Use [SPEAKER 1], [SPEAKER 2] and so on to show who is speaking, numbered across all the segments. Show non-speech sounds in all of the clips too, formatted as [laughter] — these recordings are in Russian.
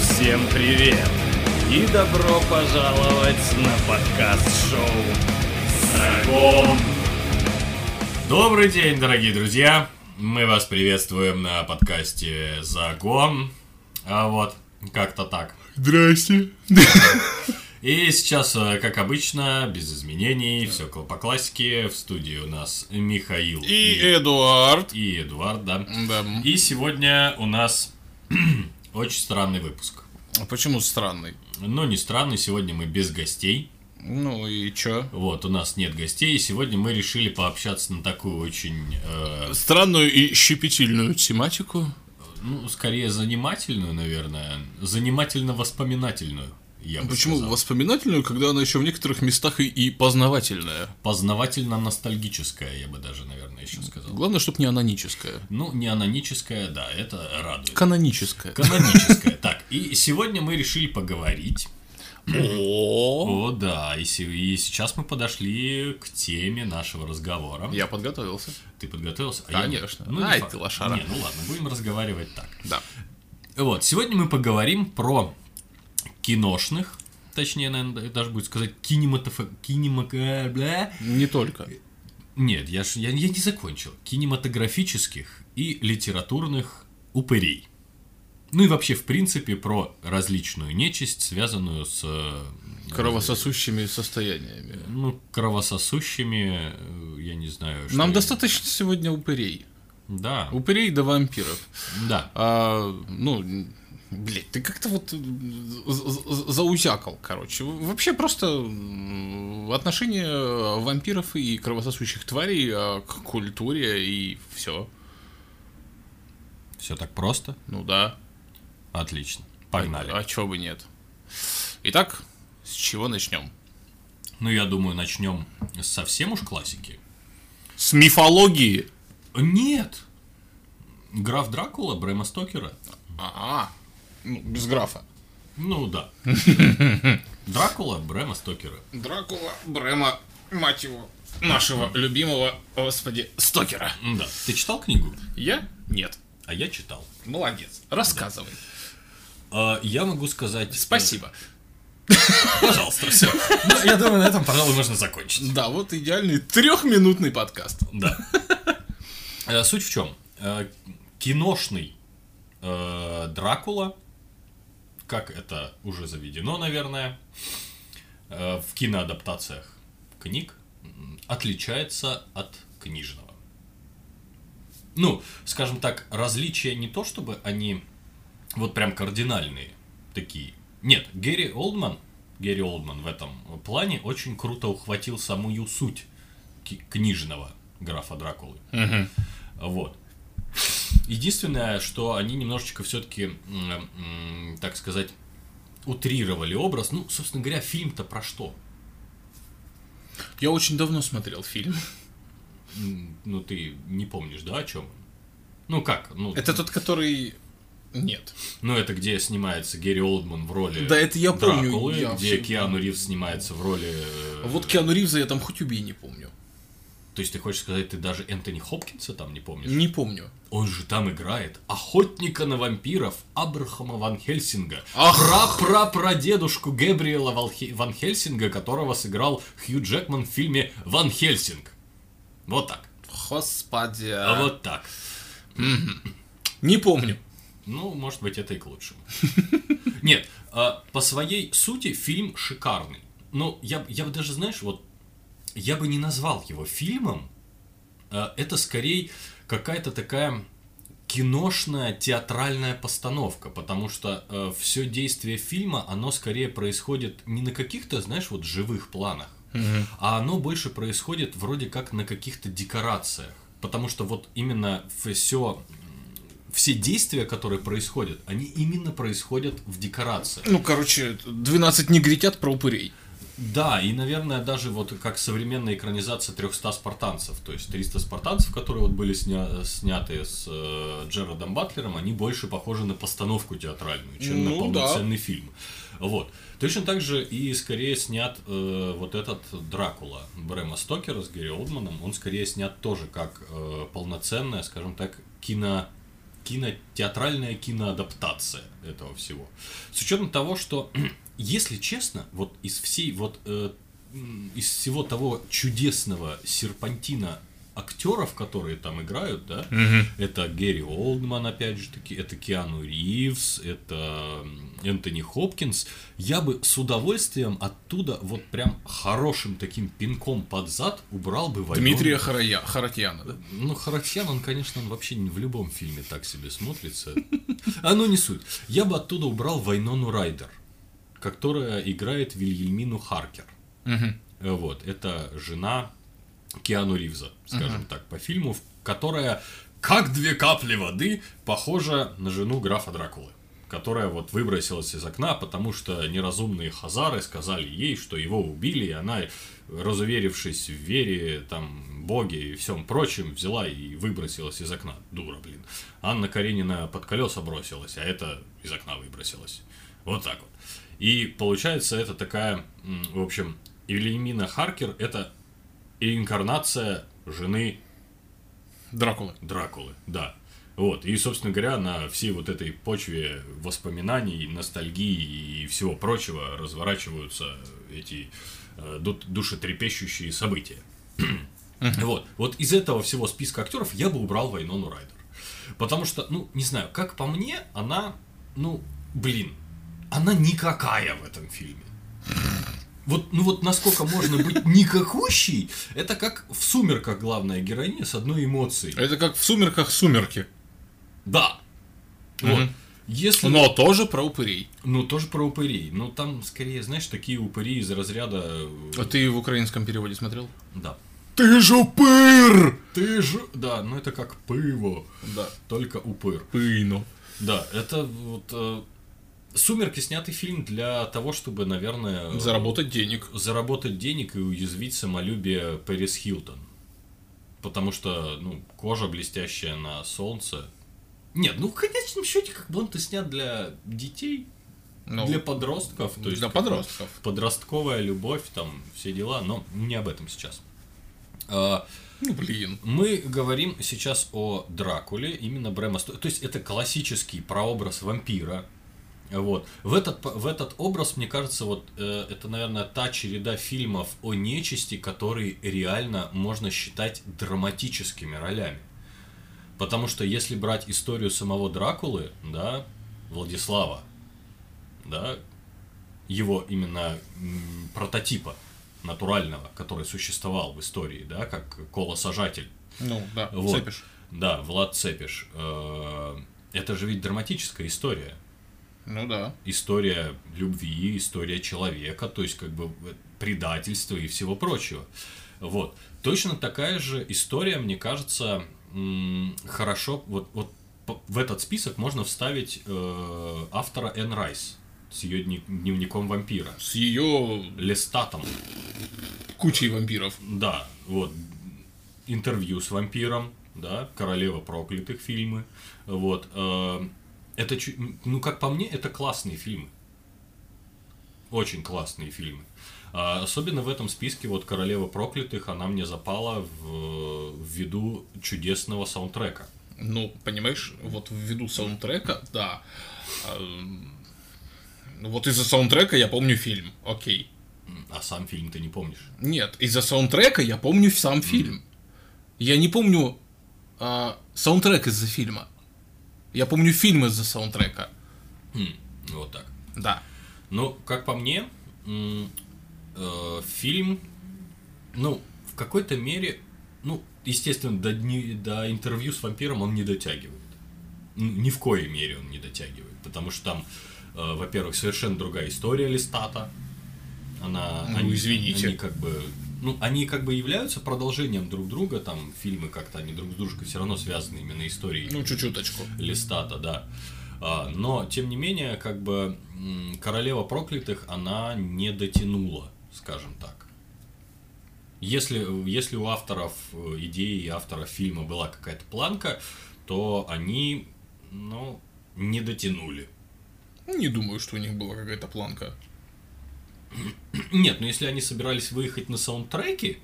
[SPEAKER 1] Всем привет! И добро пожаловать на подкаст-шоу «Знаком».
[SPEAKER 2] Добрый день, дорогие друзья! Мы вас приветствуем на подкасте Загон. А вот, как-то так.
[SPEAKER 3] Здрасте.
[SPEAKER 2] И сейчас, э, как обычно, без изменений, все по классике. В студии у нас Михаил
[SPEAKER 3] И Эдуард.
[SPEAKER 2] и Эдуард, да.
[SPEAKER 3] Да.
[SPEAKER 2] И сегодня у нас [clears throat] очень странный выпуск.
[SPEAKER 3] А Почему странный?
[SPEAKER 2] Ну, не странный, сегодня мы без гостей.
[SPEAKER 3] Ну и чё?
[SPEAKER 2] Вот, у нас нет гостей, и сегодня мы решили пообщаться на такую очень, э,
[SPEAKER 3] Странную и щепетильную тематику.
[SPEAKER 2] ну, скорее занимательную, наверное, занимательно-воспоминательную, я бы
[SPEAKER 3] Почему
[SPEAKER 2] сказал.
[SPEAKER 3] воспоминательную, когда она еще в некоторых местах и, и познавательная?
[SPEAKER 2] Познавательно-ностальгическая, я бы даже, наверное, еще сказал.
[SPEAKER 3] Главное, чтобы не аноническая.
[SPEAKER 2] Ну, не аноническая, да, это радует.
[SPEAKER 3] Каноническая.
[SPEAKER 2] Каноническая. Так, и сегодня мы решили поговорить.
[SPEAKER 3] О,
[SPEAKER 2] О, да, и, се- и сейчас мы подошли к теме нашего разговора.
[SPEAKER 3] Я подготовился.
[SPEAKER 2] Ты подготовился? А
[SPEAKER 3] Конечно.
[SPEAKER 2] Я... не
[SPEAKER 3] Ай,
[SPEAKER 2] факт.
[SPEAKER 3] ты лошара.
[SPEAKER 2] Не, ну ладно, будем разговаривать так.
[SPEAKER 3] Да.
[SPEAKER 2] Вот, сегодня мы поговорим про киношных, точнее, наверное, даже будет сказать кинематоф... кинемак... э, бля.
[SPEAKER 3] Не только.
[SPEAKER 2] Нет, я, ж, я, я не закончил. Кинематографических и литературных упырей. Ну и вообще, в принципе, про различную нечисть, связанную с... э,
[SPEAKER 3] Кровососущими состояниями.
[SPEAKER 2] Ну, кровососущими, э, я не знаю... что
[SPEAKER 3] Нам
[SPEAKER 2] я-
[SPEAKER 3] достаточно сегодня упырей.
[SPEAKER 2] Да,
[SPEAKER 3] Упырей до вампиров.
[SPEAKER 2] да.
[SPEAKER 3] А, ну, м, блядь, ты как-то вот э, з- з- заузякал, короче. В- Вообще просто м, отношение э, вампиров и кровососущих тварей э, к культуре и все.
[SPEAKER 2] Все так просто.
[SPEAKER 3] Ну да.
[SPEAKER 2] Отлично. Погнали.
[SPEAKER 3] А, чего бы нет. Итак, с чего начнем?
[SPEAKER 2] Ну, я думаю, начнем с совсем уж классики.
[SPEAKER 3] С мифологии.
[SPEAKER 2] Нет! Граф Дракула Брэма Стокера.
[SPEAKER 3] Ага. Ну, без графа.
[SPEAKER 2] Ну да. Дракула Брэма Стокера.
[SPEAKER 3] Дракула, Брема, мать его, нашего любимого, господи, Стокера.
[SPEAKER 2] Да. Ты читал книгу?
[SPEAKER 3] Я? Нет.
[SPEAKER 2] А я читал.
[SPEAKER 3] Молодец. Рассказывай.
[SPEAKER 2] А, я могу сказать...
[SPEAKER 3] Спасибо.
[SPEAKER 2] Пожалуйста, все. Я думаю, на этом, пожалуй, можно закончить.
[SPEAKER 3] Да, вот идеальный трехминутный подкаст.
[SPEAKER 2] Да. Э, Суть в чем? Киношный э, Дракула, как это уже заведено, наверное, э, в киноадаптациях книг, м, отличается от книжного. Ну, скажем так, различия не то, чтобы они вот прям кардинальные такие. Нет, Герри Олдман, Герри Олдман в этом плане очень круто ухватил самую суть ки- книжного графа Дракулы. Вот. Единственное, что они немножечко все-таки, так сказать, утрировали образ. Ну, собственно говоря, фильм-то про что?
[SPEAKER 3] Я очень давно смотрел фильм.
[SPEAKER 2] М, Ну, ты не помнишь, да, о чем? Ну как? Ну,
[SPEAKER 3] Это тот, который... Нет.
[SPEAKER 2] ну, это где снимается Герри Олдман в роли
[SPEAKER 3] Да, это я помню,
[SPEAKER 2] Дракулы,
[SPEAKER 3] я
[SPEAKER 2] где
[SPEAKER 3] всё-
[SPEAKER 2] Киану Ривз снимается в роли... э,
[SPEAKER 3] Вот Киану Ривза я там хоть убей не помню.
[SPEAKER 2] То есть ты хочешь сказать, ты даже Энтони Хопкинса там не помнишь?
[SPEAKER 3] Не помню.
[SPEAKER 2] Он же там играет охотника на вампиров Абрахама Ван Хельсинга.
[SPEAKER 3] Ах.
[SPEAKER 2] Пра-пра-прадедушку Гэбриэла Валхе- Ван Хельсинга, которого сыграл Хью Джекман в фильме «Ван Хельсинг». Вот так.
[SPEAKER 3] Господи.
[SPEAKER 2] А вот так.
[SPEAKER 3] Не помню.
[SPEAKER 2] Ну, может быть, это и к лучшему. Нет, а, по своей сути фильм шикарный. Но я, б- я бы даже, знаешь, вот я бы не назвал его фильмом. А, Это скорее какая-то такая киношная театральная постановка, потому что все действие фильма, оно скорее происходит не на каких-то, знаешь, вот живых планах, а оно больше происходит вроде как на каких-то декорациях. Потому что вот именно все, все действия, которые происходят, они именно происходят в декорациях.
[SPEAKER 3] Ну, короче, 12 негритят про упырей.
[SPEAKER 2] Да, и, наверное, даже вот как современная экранизация 300 спартанцев, то есть 300 спартанцев, которые вот были сня- сняты с э, Джерардом Батлером, они больше похожи на постановку театральную, чем на
[SPEAKER 3] Ну да.
[SPEAKER 2] полноценный фильм. Вот. Точно так же и скорее снят э, вот этот Дракула Брэма Стокера с Гэри Олдманом, он скорее снят тоже как э, полноценная, скажем так, кино кинотеатральная киноадаптация этого всего. С учетом того, что, [clears throat] если честно, вот из всей вот э, м, из всего того чудесного серпантина актеров, которые там играют, да, это Гэри Олдман, опять же таки, это Киану Ривз, это м, Энтони Хопкинс, я бы с удовольствием оттуда вот прям хорошим таким пинком под зад убрал бы Вайнона.
[SPEAKER 3] Дмитрия Харая, Харатьяна, да?
[SPEAKER 2] Ну, Харатьян, он, конечно, он вообще в любом фильме так себе смотрится. А ну не суть. Я бы оттуда убрал Вайнону Райдер, которая играет Вильгельмину Харкер. Э, Вот, это жена Киану Ривза, скажем так, по фильму, в- которая как две капли воды похожа на жену графа Дракулы, которая вот выбросилась из окна, потому что неразумные хазары сказали ей, что его убили, и она, разуверившись в вере, там, боге и всем прочем, взяла и выбросилась из окна. Дура, блин. Анна Каренина под колеса бросилась, а это из окна выбросилась. Вот так вот. И получается, это такая, м, в общем, Эльмина Харкер, это и инкарнация жены
[SPEAKER 3] Дракула.
[SPEAKER 2] Дракулы, да. Вот, и, собственно говоря, на всей вот этой почве воспоминаний, ностальгии и всего прочего разворачиваются эти э, ду- душетрепещущие события. Вот. Вот из этого всего списка актеров я бы убрал Вайнону Райдер. Потому что, ну, не знаю, как по мне, она, ну, блин, она никакая в этом фильме. Вот, ну вот насколько можно быть никакущей, это как в «Сумерках» главная героиня с одной эмоцией.
[SPEAKER 3] Это как в «Сумерках сумерки».
[SPEAKER 2] Да. Вот. Если...
[SPEAKER 3] Но тоже про упырей.
[SPEAKER 2] Ну, тоже про упырей. Но там, скорее, знаешь, такие упыри из разряда... э,
[SPEAKER 3] А ты в украинском переводе смотрел?
[SPEAKER 2] Да.
[SPEAKER 3] Ты же упыр!
[SPEAKER 2] Ты же... Да, ну это как пыво,
[SPEAKER 3] Да.
[SPEAKER 2] только упыр.
[SPEAKER 3] Пыно.
[SPEAKER 2] Да, это вот... э, «Сумерки» снятый фильм для того, чтобы, наверное... э,
[SPEAKER 3] Заработать денег.
[SPEAKER 2] Заработать денег и уязвить самолюбие Пэрис Хилтон. Потому что, ну, кожа блестящая на солнце. Нет, ну в конечном счете, как бы он то снят для детей,
[SPEAKER 3] Ну,
[SPEAKER 2] для подростков. То есть
[SPEAKER 3] для
[SPEAKER 2] как бы
[SPEAKER 3] подростков.
[SPEAKER 2] подростковая любовь, там все дела, но не об этом сейчас. А,
[SPEAKER 3] Ну, блин.
[SPEAKER 2] Мы говорим сейчас о Дракуле, именно Брэма Сто- То есть это классический прообраз вампира. Вот. В, этот, п- в этот образ, мне кажется, вот э, это, наверное, та череда фильмов о нечисти, которые реально можно считать драматическими ролями. Потому что если брать историю самого Дракулы, да, Владислава, да, его именно м, прототипа натурального, который существовал в истории, да, как колосажатель,
[SPEAKER 3] Ну, да,
[SPEAKER 2] Вот.
[SPEAKER 3] цепишь.
[SPEAKER 2] да, Влад Цепиш, э, это же ведь драматическая история,
[SPEAKER 3] Ну да.
[SPEAKER 2] история любви, история человека, то есть как бы э, предательства и всего прочего. Вот. Точно такая же история, мне кажется, м, хорошо, вот, вот п- в этот список можно вставить э, автора Энн Райс с ее дневником вампира.
[SPEAKER 3] С ее
[SPEAKER 2] Лестатом.
[SPEAKER 3] кучей вампиров.
[SPEAKER 2] Да, вот интервью с вампиром, да, королева проклятых фильмы, вот. э, это чу- ну как по мне, это классные фильмы, очень классные фильмы. А, Особенно в этом списке вот королева проклятых, она мне запала в, ввиду чудесного саундтрека.
[SPEAKER 3] Ну, понимаешь, вот ввиду саундтрека, да. Эм, ну Вот из-за саундтрека я помню фильм, окей.
[SPEAKER 2] А сам фильм ты не помнишь?
[SPEAKER 3] Нет, из-за саундтрека я помню сам фильм. Я не помню а, саундтрек из-за фильма. Я помню фильм из-за саундтрека.
[SPEAKER 2] Хм, Вот так.
[SPEAKER 3] Да.
[SPEAKER 2] Ну, как по мне, м, э, фильм, ну, в какой-то мере, ну, естественно, до, дни- до интервью с вампиром он не дотягивает. Н- Ни в коей мере он не дотягивает, потому что там, э, во-первых, совершенно другая история Листата. Она,
[SPEAKER 3] Ну, извините.
[SPEAKER 2] Они как бы, ну, они как бы являются продолжением друг друга, там фильмы как-то они друг с дружкой все равно связаны именно историей
[SPEAKER 3] Ну, чуть-чуточку.
[SPEAKER 2] листата, да. А, Но, тем не менее, как бы м, королева проклятых, она не дотянула, скажем так. Если, если у авторов э, идеи и авторов фильма была какая-то планка, то они, ну, не дотянули.
[SPEAKER 3] Не думаю, что у них была какая-то планка.
[SPEAKER 2] ну Нет, но если они собирались выехать на саундтреки,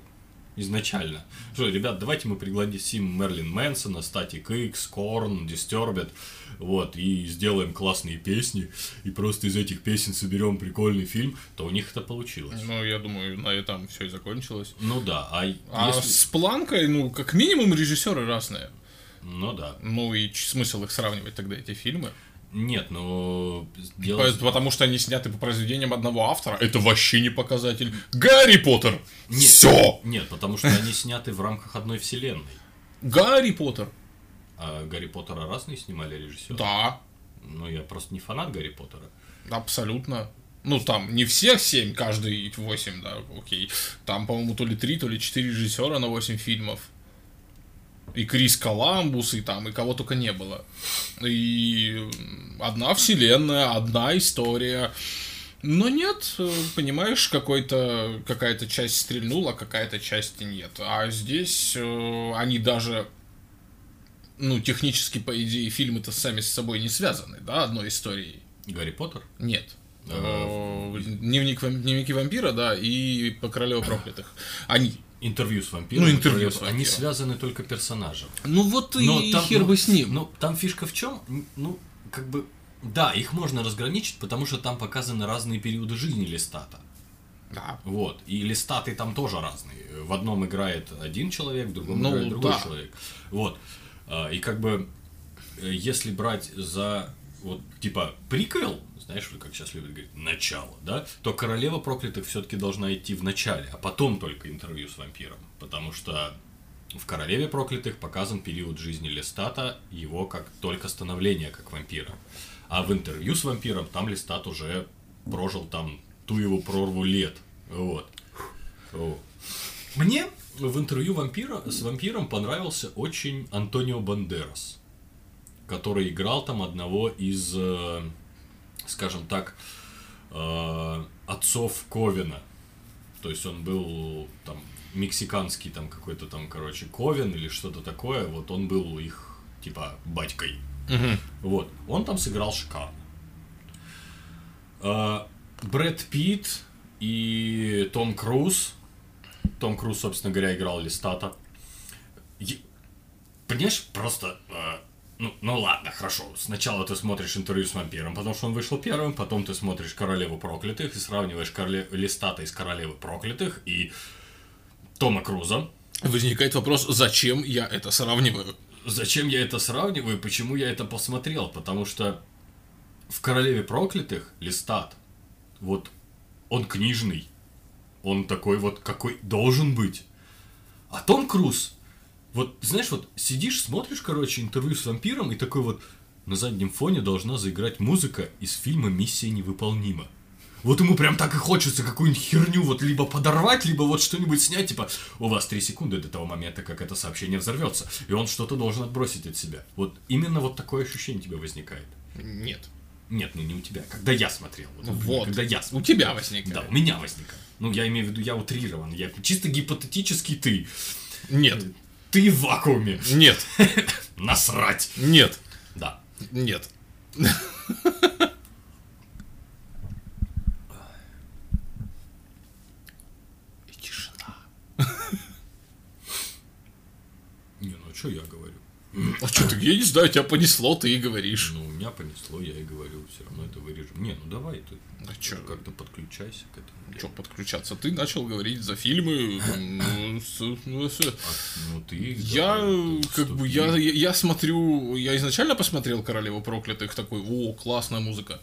[SPEAKER 2] изначально. Что, ребят, давайте мы пригласим Мерлин Мэнсона, Static X, Корн, Disturbed, вот, и сделаем классные песни, и просто из этих песен соберем прикольный фильм, то у них это получилось.
[SPEAKER 3] Ну, я думаю, на этом все и закончилось.
[SPEAKER 2] Ну да, а,
[SPEAKER 3] А
[SPEAKER 2] если...
[SPEAKER 3] с планкой, ну, как минимум, режиссеры разные.
[SPEAKER 2] Ну да.
[SPEAKER 3] Ну и ч- смысл их сравнивать тогда, эти фильмы?
[SPEAKER 2] Нет, ну... дело-
[SPEAKER 3] По- Потому что они сняты по произведениям одного автора. Это вообще не показатель. Гарри Поттер!
[SPEAKER 2] Нет,
[SPEAKER 3] Все!
[SPEAKER 2] Нет, потому что они сняты в рамках одной вселенной.
[SPEAKER 3] Гарри Поттер!
[SPEAKER 2] А Гарри Поттера разные снимали режиссеры?
[SPEAKER 3] Да,
[SPEAKER 2] Ну, я просто не фанат Гарри Поттера.
[SPEAKER 3] абсолютно. Ну, там не всех семь, каждый восемь, да, окей. Там, по-моему, то ли три, то ли четыре режиссера на восемь фильмов. И Крис Коламбус, и там, и кого только не было. И м, одна вселенная, одна история. Но нет, э, понимаешь, какой-то, какая-то часть стрельнула, а какая-то часть нет. А здесь э, они даже ну, технически, по идее, фильмы-то сами с собой не связаны, да, одной историей.
[SPEAKER 2] Гарри Поттер?
[SPEAKER 3] Нет.
[SPEAKER 2] А,
[SPEAKER 3] Э, Дневник, вам- дневники вампира, да, и по королеву проклятых. Они.
[SPEAKER 2] Интервью с вампиром.
[SPEAKER 3] Ну, интервью
[SPEAKER 2] которые-
[SPEAKER 3] с
[SPEAKER 2] Они
[SPEAKER 3] вампиром.
[SPEAKER 2] связаны только персонажем.
[SPEAKER 3] Ну вот и хер
[SPEAKER 2] ну,
[SPEAKER 3] бы с ним.
[SPEAKER 2] Ну, там фишка в чем? Ну, как бы... Да, их можно разграничить, потому что там показаны разные периоды жизни Листата.
[SPEAKER 3] Да.
[SPEAKER 2] Вот. И листаты там тоже разные. В одном играет один человек, в другом
[SPEAKER 3] Ну,
[SPEAKER 2] играет другой
[SPEAKER 3] да.
[SPEAKER 2] человек. Вот. А, И как бы, э, если брать за, вот, типа, приквел, знаешь, вот как сейчас любят говорить, начало, да, то королева проклятых все-таки должна идти в начале, а потом только интервью с вампиром. Потому что в королеве проклятых показан период жизни Лестата, его как только становление как вампира. А в интервью с вампиром там Лестат уже прожил там ту его прорву лет. Вот. О. Мне в интервью вампира, с вампиром понравился очень Антонио Бандерас, который играл там одного из, э, скажем так, э, отцов Ковина. То есть он был там мексиканский там какой-то там, короче, Ковен или что-то такое. Вот он был их типа батькой. Вот. Он там сыграл шикарно. Э, Брэд Питт и Том Круз. Том Круз, собственно говоря, играл Листата. Е- Понимаешь, просто... э, ну, ну ладно, хорошо. Сначала ты смотришь интервью с вампиром, потому что он вышел первым, потом ты смотришь Королеву проклятых и сравниваешь короле... Листата из Королевы проклятых и Тома Круза.
[SPEAKER 3] Возникает вопрос, зачем я это сравниваю?
[SPEAKER 2] Зачем я это сравниваю, почему я это посмотрел? Потому что в Королеве проклятых Листат, вот он книжный, он такой вот, какой должен быть. А Том Круз, вот, знаешь, вот сидишь, смотришь, короче, интервью с вампиром, и такой вот на заднем фоне должна заиграть музыка из фильма «Миссия невыполнима». Вот ему прям так и хочется какую-нибудь херню вот либо подорвать, либо вот что-нибудь снять, типа, у вас три секунды до того момента, как это сообщение взорвется, и он что-то должен отбросить от себя. Вот именно вот такое ощущение у тебя возникает.
[SPEAKER 3] Нет.
[SPEAKER 2] Нет, ну не у тебя, когда я смотрел.
[SPEAKER 3] Вот.
[SPEAKER 2] Когда я
[SPEAKER 3] У
[SPEAKER 2] смотрел.
[SPEAKER 3] тебя возникает.
[SPEAKER 2] Да, у меня возникает. Ну, я имею в виду, я утрирован, я чисто гипотетически ты.
[SPEAKER 3] Нет.
[SPEAKER 2] Ты в вакууме.
[SPEAKER 3] Нет.
[SPEAKER 2] Насрать.
[SPEAKER 3] Нет.
[SPEAKER 2] Да.
[SPEAKER 3] [laughs] Нет.
[SPEAKER 2] И тишина. Не, ну что я говорю?
[SPEAKER 3] А что ты, я не знаю, тебя понесло, ты и говоришь.
[SPEAKER 2] Ну, меня понесло, я и говорю, все равно это вырежем. Не, ну давай ты
[SPEAKER 3] А чё?
[SPEAKER 2] как-то подключайся к этому.
[SPEAKER 3] Че подключаться? Ты начал говорить за фильмы. м, с- ну, с-
[SPEAKER 2] А, ну ты...
[SPEAKER 3] Я
[SPEAKER 2] давай,
[SPEAKER 3] э,
[SPEAKER 2] ну, ты
[SPEAKER 3] как бы
[SPEAKER 2] вступи.
[SPEAKER 3] я, я я смотрю, я изначально посмотрел Королеву проклятых такой, о, классная музыка.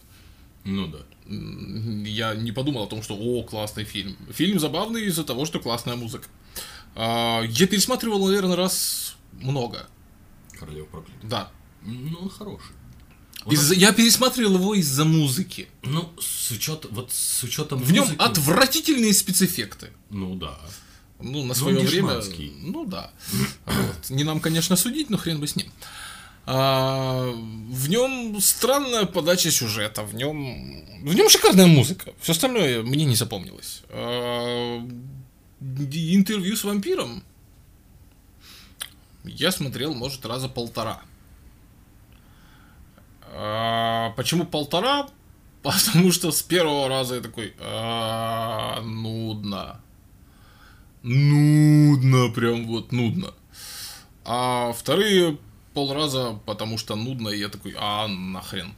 [SPEAKER 2] Ну да.
[SPEAKER 3] М, Я не подумал о том, что о, классный фильм. Фильм забавный из-за того, что классная музыка. А, Я пересматривал, наверное, раз много.
[SPEAKER 2] Королева проклятых.
[SPEAKER 3] Да.
[SPEAKER 2] Ну, он хороший. Вот
[SPEAKER 3] Из-за- Я пересматривал его из-за музыки.
[SPEAKER 2] Ну, с учетом, вот с учетом
[SPEAKER 3] В нем отвратительные спецэффекты.
[SPEAKER 2] Ну да.
[SPEAKER 3] Ну, на свое время.
[SPEAKER 2] дешманский.
[SPEAKER 3] Ну да. Вот. Не нам, конечно, судить, но хрен бы с ним. А, в нем странная подача сюжета, в нем. В нем шикарная музыка. Все остальное мне не запомнилось. А, д- интервью с вампиром я смотрел, может, раза полтора. А, почему полтора? [laughs] Потому что с первого раза я такой, «А, нудно. нудно, прям вот нудно. А вторые полраза, потому что нудно, и я такой, а нахрен.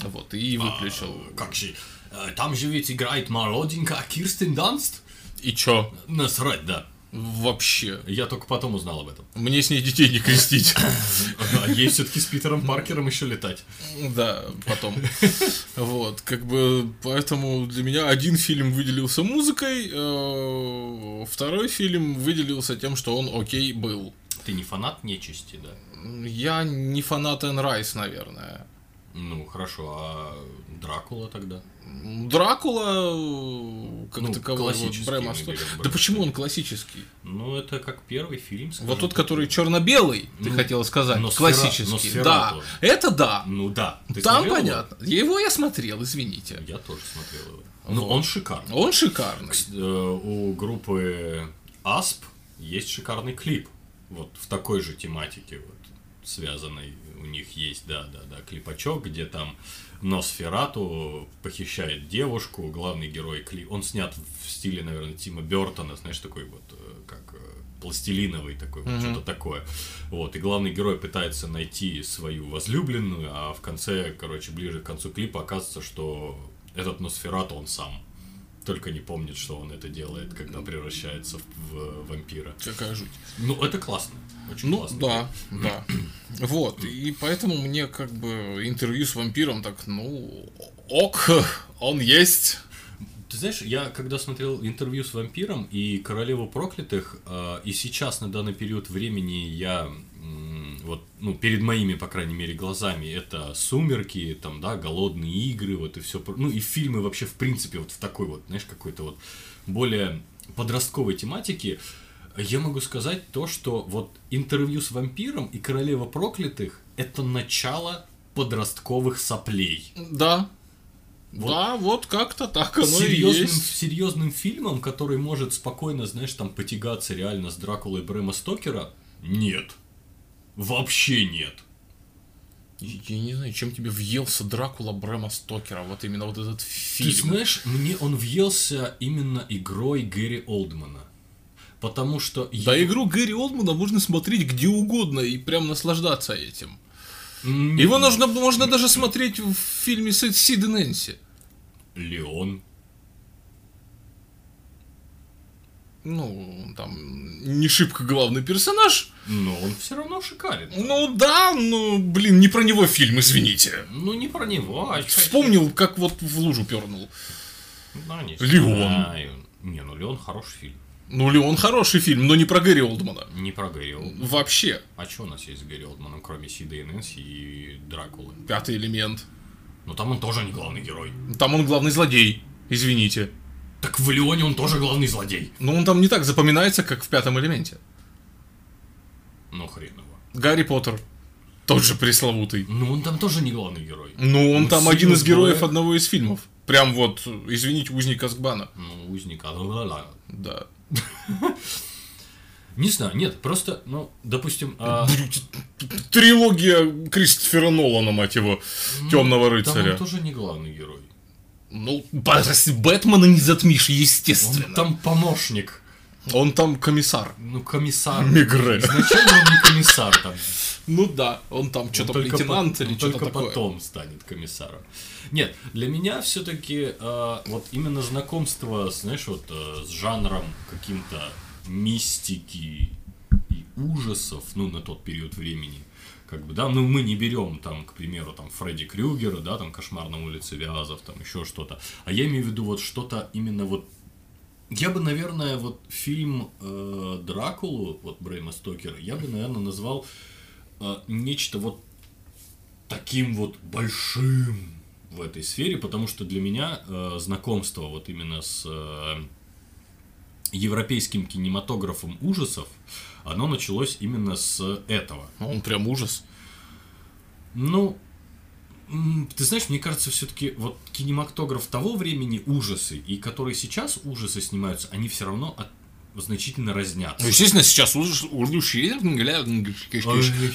[SPEAKER 3] Вот, и выключил.
[SPEAKER 2] Как же? э, Там же ведь играет молоденькая Кирстен Данст?
[SPEAKER 3] И чё?
[SPEAKER 2] Насрать, да.
[SPEAKER 3] Вообще.
[SPEAKER 2] Я только потом узнал об этом.
[SPEAKER 3] Мне с ней детей не крестить. [laughs]
[SPEAKER 2] А Ей все-таки с Питером Паркером еще летать.
[SPEAKER 3] Да, потом. [laughs] Вот, как бы, поэтому для меня один фильм выделился музыкой, э, второй фильм выделился тем, что он окей был.
[SPEAKER 2] Ты не фанат нечисти, да?
[SPEAKER 3] Я не фанат Энн Райс, наверное.
[SPEAKER 2] Ну, хорошо, а Дракула тогда?
[SPEAKER 3] Дракула, э, как
[SPEAKER 2] Ну,
[SPEAKER 3] таковой, вот,
[SPEAKER 2] классический
[SPEAKER 3] Брэма
[SPEAKER 2] мы
[SPEAKER 3] Сто-
[SPEAKER 2] берем,
[SPEAKER 3] Да
[SPEAKER 2] Брэма
[SPEAKER 3] почему
[SPEAKER 2] Стокера.
[SPEAKER 3] он классический?
[SPEAKER 2] Ну, это как первый фильм. скажем
[SPEAKER 3] Вот тот,
[SPEAKER 2] так.
[SPEAKER 3] который черно-белый, ты
[SPEAKER 2] Ну,
[SPEAKER 3] хотела сказать,
[SPEAKER 2] но сфера- но
[SPEAKER 3] классический.
[SPEAKER 2] сфера
[SPEAKER 3] Да,
[SPEAKER 2] тоже.
[SPEAKER 3] это да.
[SPEAKER 2] Ну да. Ты смотрел
[SPEAKER 3] Там
[SPEAKER 2] его?
[SPEAKER 3] понятно. Его я смотрел, извините.
[SPEAKER 2] Я тоже смотрел его. Ну, он шикарный.
[SPEAKER 3] Он шикарный.
[SPEAKER 2] Кс- э, у группы Асп есть шикарный клип. Вот в такой же тематике, вот связанный у них есть, да, да, да, клипачок, где там Носферату похищает девушку, главный герой клип. Он снят в стиле, наверное, Тима Бертона, знаешь, такой вот э, как э, пластилиновый такой, вот что-то такое. Вот, и главный герой пытается найти свою возлюбленную, а в конце, короче, ближе к концу клипа оказывается, что этот Носферату он сам. Только не помнит, что он это делает, когда превращается в, в вампира.
[SPEAKER 3] Какая жуть.
[SPEAKER 2] Ну, это классно. Очень
[SPEAKER 3] Ну
[SPEAKER 2] классно.
[SPEAKER 3] да, да. Вот, и поэтому мне как бы интервью с вампиром так, ну, ок, он есть.
[SPEAKER 2] Ты знаешь, я когда смотрел интервью с вампиром и королеву проклятых, э, и сейчас на данный период времени я м, вот, ну, перед моими, по крайней мере, глазами, это «Сумерки», там, да, «Голодные игры», вот, и все, ну, и фильмы вообще, в принципе, вот в такой вот, знаешь, какой-то вот более подростковой тематике, я могу сказать то, что вот интервью с вампиром и королева проклятых – это начало подростковых соплей.
[SPEAKER 3] Да.
[SPEAKER 2] Вот.
[SPEAKER 3] Да, вот как-то так оно и
[SPEAKER 2] серьезным,
[SPEAKER 3] есть.
[SPEAKER 2] серьезным фильмом, который может спокойно, знаешь, там потягаться реально с Дракулой Брэма Стокера? Нет. Вообще нет.
[SPEAKER 3] Я не знаю, чем тебе въелся Дракула Брэма Стокера, вот именно вот этот фильм.
[SPEAKER 2] Ты знаешь, мне он въелся именно игрой Гэри Олдмана. Потому что...
[SPEAKER 3] Да
[SPEAKER 2] я-
[SPEAKER 3] игру Гэри Олдмана можно смотреть где угодно и прям наслаждаться этим.
[SPEAKER 2] М,
[SPEAKER 3] Его нужно, можно даже смотреть в фильме с Сид и Нэнси.
[SPEAKER 2] Леон.
[SPEAKER 3] Ну, там не шибко главный персонаж,
[SPEAKER 2] Но он все равно шикарен.
[SPEAKER 3] Ну да, ну блин, не про него фильм, извините.
[SPEAKER 2] Ну, не про него, а...
[SPEAKER 3] Вспомнил, как вот в лужу пернул.
[SPEAKER 2] Да, не
[SPEAKER 3] Леон.
[SPEAKER 2] знаю. Не, ну Леон хороший фильм.
[SPEAKER 3] Ну, Леон хороший фильм, но не про Гэри Олдмана.
[SPEAKER 2] Не про Гэри Олдмана.
[SPEAKER 3] Вообще,
[SPEAKER 2] А что у нас есть с Гэри Олдманом, кроме Сида и Нэнси и Дракулы?
[SPEAKER 3] пятый элемент.
[SPEAKER 2] Но там он тоже не главный герой.
[SPEAKER 3] Там он главный злодей, извините.
[SPEAKER 2] Так в Леоне он тоже главный злодей.
[SPEAKER 3] Но он там не так запоминается, как в пятом элементе.
[SPEAKER 2] Ну хрен его.
[SPEAKER 3] Гарри Поттер, тот же пресловутый.
[SPEAKER 2] Ну он там тоже не главный герой.
[SPEAKER 3] Ну, он
[SPEAKER 2] Ну,
[SPEAKER 3] там
[SPEAKER 2] Сириус
[SPEAKER 3] один из героев
[SPEAKER 2] Блэк.
[SPEAKER 3] одного из фильмов. Прям вот, извините, узник Азкбана.
[SPEAKER 2] Ну, узник, а ла-ла-ла.
[SPEAKER 3] Да.
[SPEAKER 2] Не знаю, нет, просто, ну, допустим, а,
[SPEAKER 3] Трилогия Кристофера Нолана, мать его, темного
[SPEAKER 2] там
[SPEAKER 3] рыцаря.
[SPEAKER 2] он тоже не главный герой.
[SPEAKER 3] Ну, подожди, Бэтмена не затмишь,
[SPEAKER 2] Он
[SPEAKER 3] естественно.
[SPEAKER 2] там помощник,
[SPEAKER 3] Он там комиссар.
[SPEAKER 2] ну, комиссар.
[SPEAKER 3] Мигре.
[SPEAKER 2] Изначально он не комиссар там.
[SPEAKER 3] Ну да, он там
[SPEAKER 2] Он
[SPEAKER 3] что-то
[SPEAKER 2] только
[SPEAKER 3] лейтенант
[SPEAKER 2] по-
[SPEAKER 3] или
[SPEAKER 2] он
[SPEAKER 3] что-то
[SPEAKER 2] только
[SPEAKER 3] такое.
[SPEAKER 2] потом станет комиссаром. Нет, для меня все-таки вот именно знакомство, знаешь, вот э, с жанром каким-то мистики и ужасов, ну, на тот период времени, как бы, да, ну, мы не берем там, к примеру, там, Фредди Крюгера, да, там, Кошмар на улице Вязов, там, еще что-то, а я имею в виду вот что-то именно вот я бы, наверное, вот фильм э, Дракулу, вот Брейма Стокера, я бы, наверное, назвал э, нечто вот таким вот большим в этой сфере, потому что для меня э, знакомство вот именно с э, европейским кинематографом ужасов, оно началось именно с этого.
[SPEAKER 3] Он прям ужас.
[SPEAKER 2] Ну, м, ты знаешь, мне кажется, все-таки вот кинематограф того времени ужасы, и которые сейчас ужасы снимаются, они все равно от- значительно
[SPEAKER 3] Ну,
[SPEAKER 2] разнятся.
[SPEAKER 3] естественно, сейчас ужас, ужасные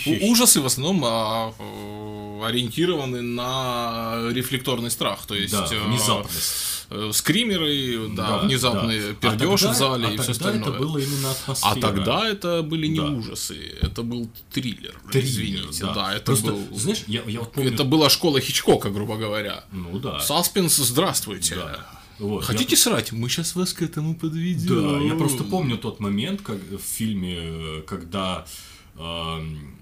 [SPEAKER 2] Ой,
[SPEAKER 3] ужасы в основном а, э, ориентированы на рефлекторный страх, то есть
[SPEAKER 2] Да,
[SPEAKER 3] э,
[SPEAKER 2] внезапность.
[SPEAKER 3] э, скримеры,
[SPEAKER 2] Да,
[SPEAKER 3] да, внезапный
[SPEAKER 2] да. А
[SPEAKER 3] пердеж в
[SPEAKER 2] тогда-
[SPEAKER 3] зале
[SPEAKER 2] а
[SPEAKER 3] и
[SPEAKER 2] тогда
[SPEAKER 3] все остальное.
[SPEAKER 2] это было именно атмосфера.
[SPEAKER 3] А тогда это были не
[SPEAKER 2] Да.
[SPEAKER 3] ужасы, это был триллер.
[SPEAKER 2] Триллер,
[SPEAKER 3] извините, да, это
[SPEAKER 2] Просто,
[SPEAKER 3] был.
[SPEAKER 2] знаешь, я, я вот помню...
[SPEAKER 3] Ну, Это была школа Хичкока, грубо говоря.
[SPEAKER 2] Ну да.
[SPEAKER 3] Саспенс, здравствуйте.
[SPEAKER 2] да. Вот, я-
[SPEAKER 3] Хотите срать? Мы сейчас вас к этому подведем.
[SPEAKER 2] Да, я просто помню тот момент как, в фильме, э, когда эм,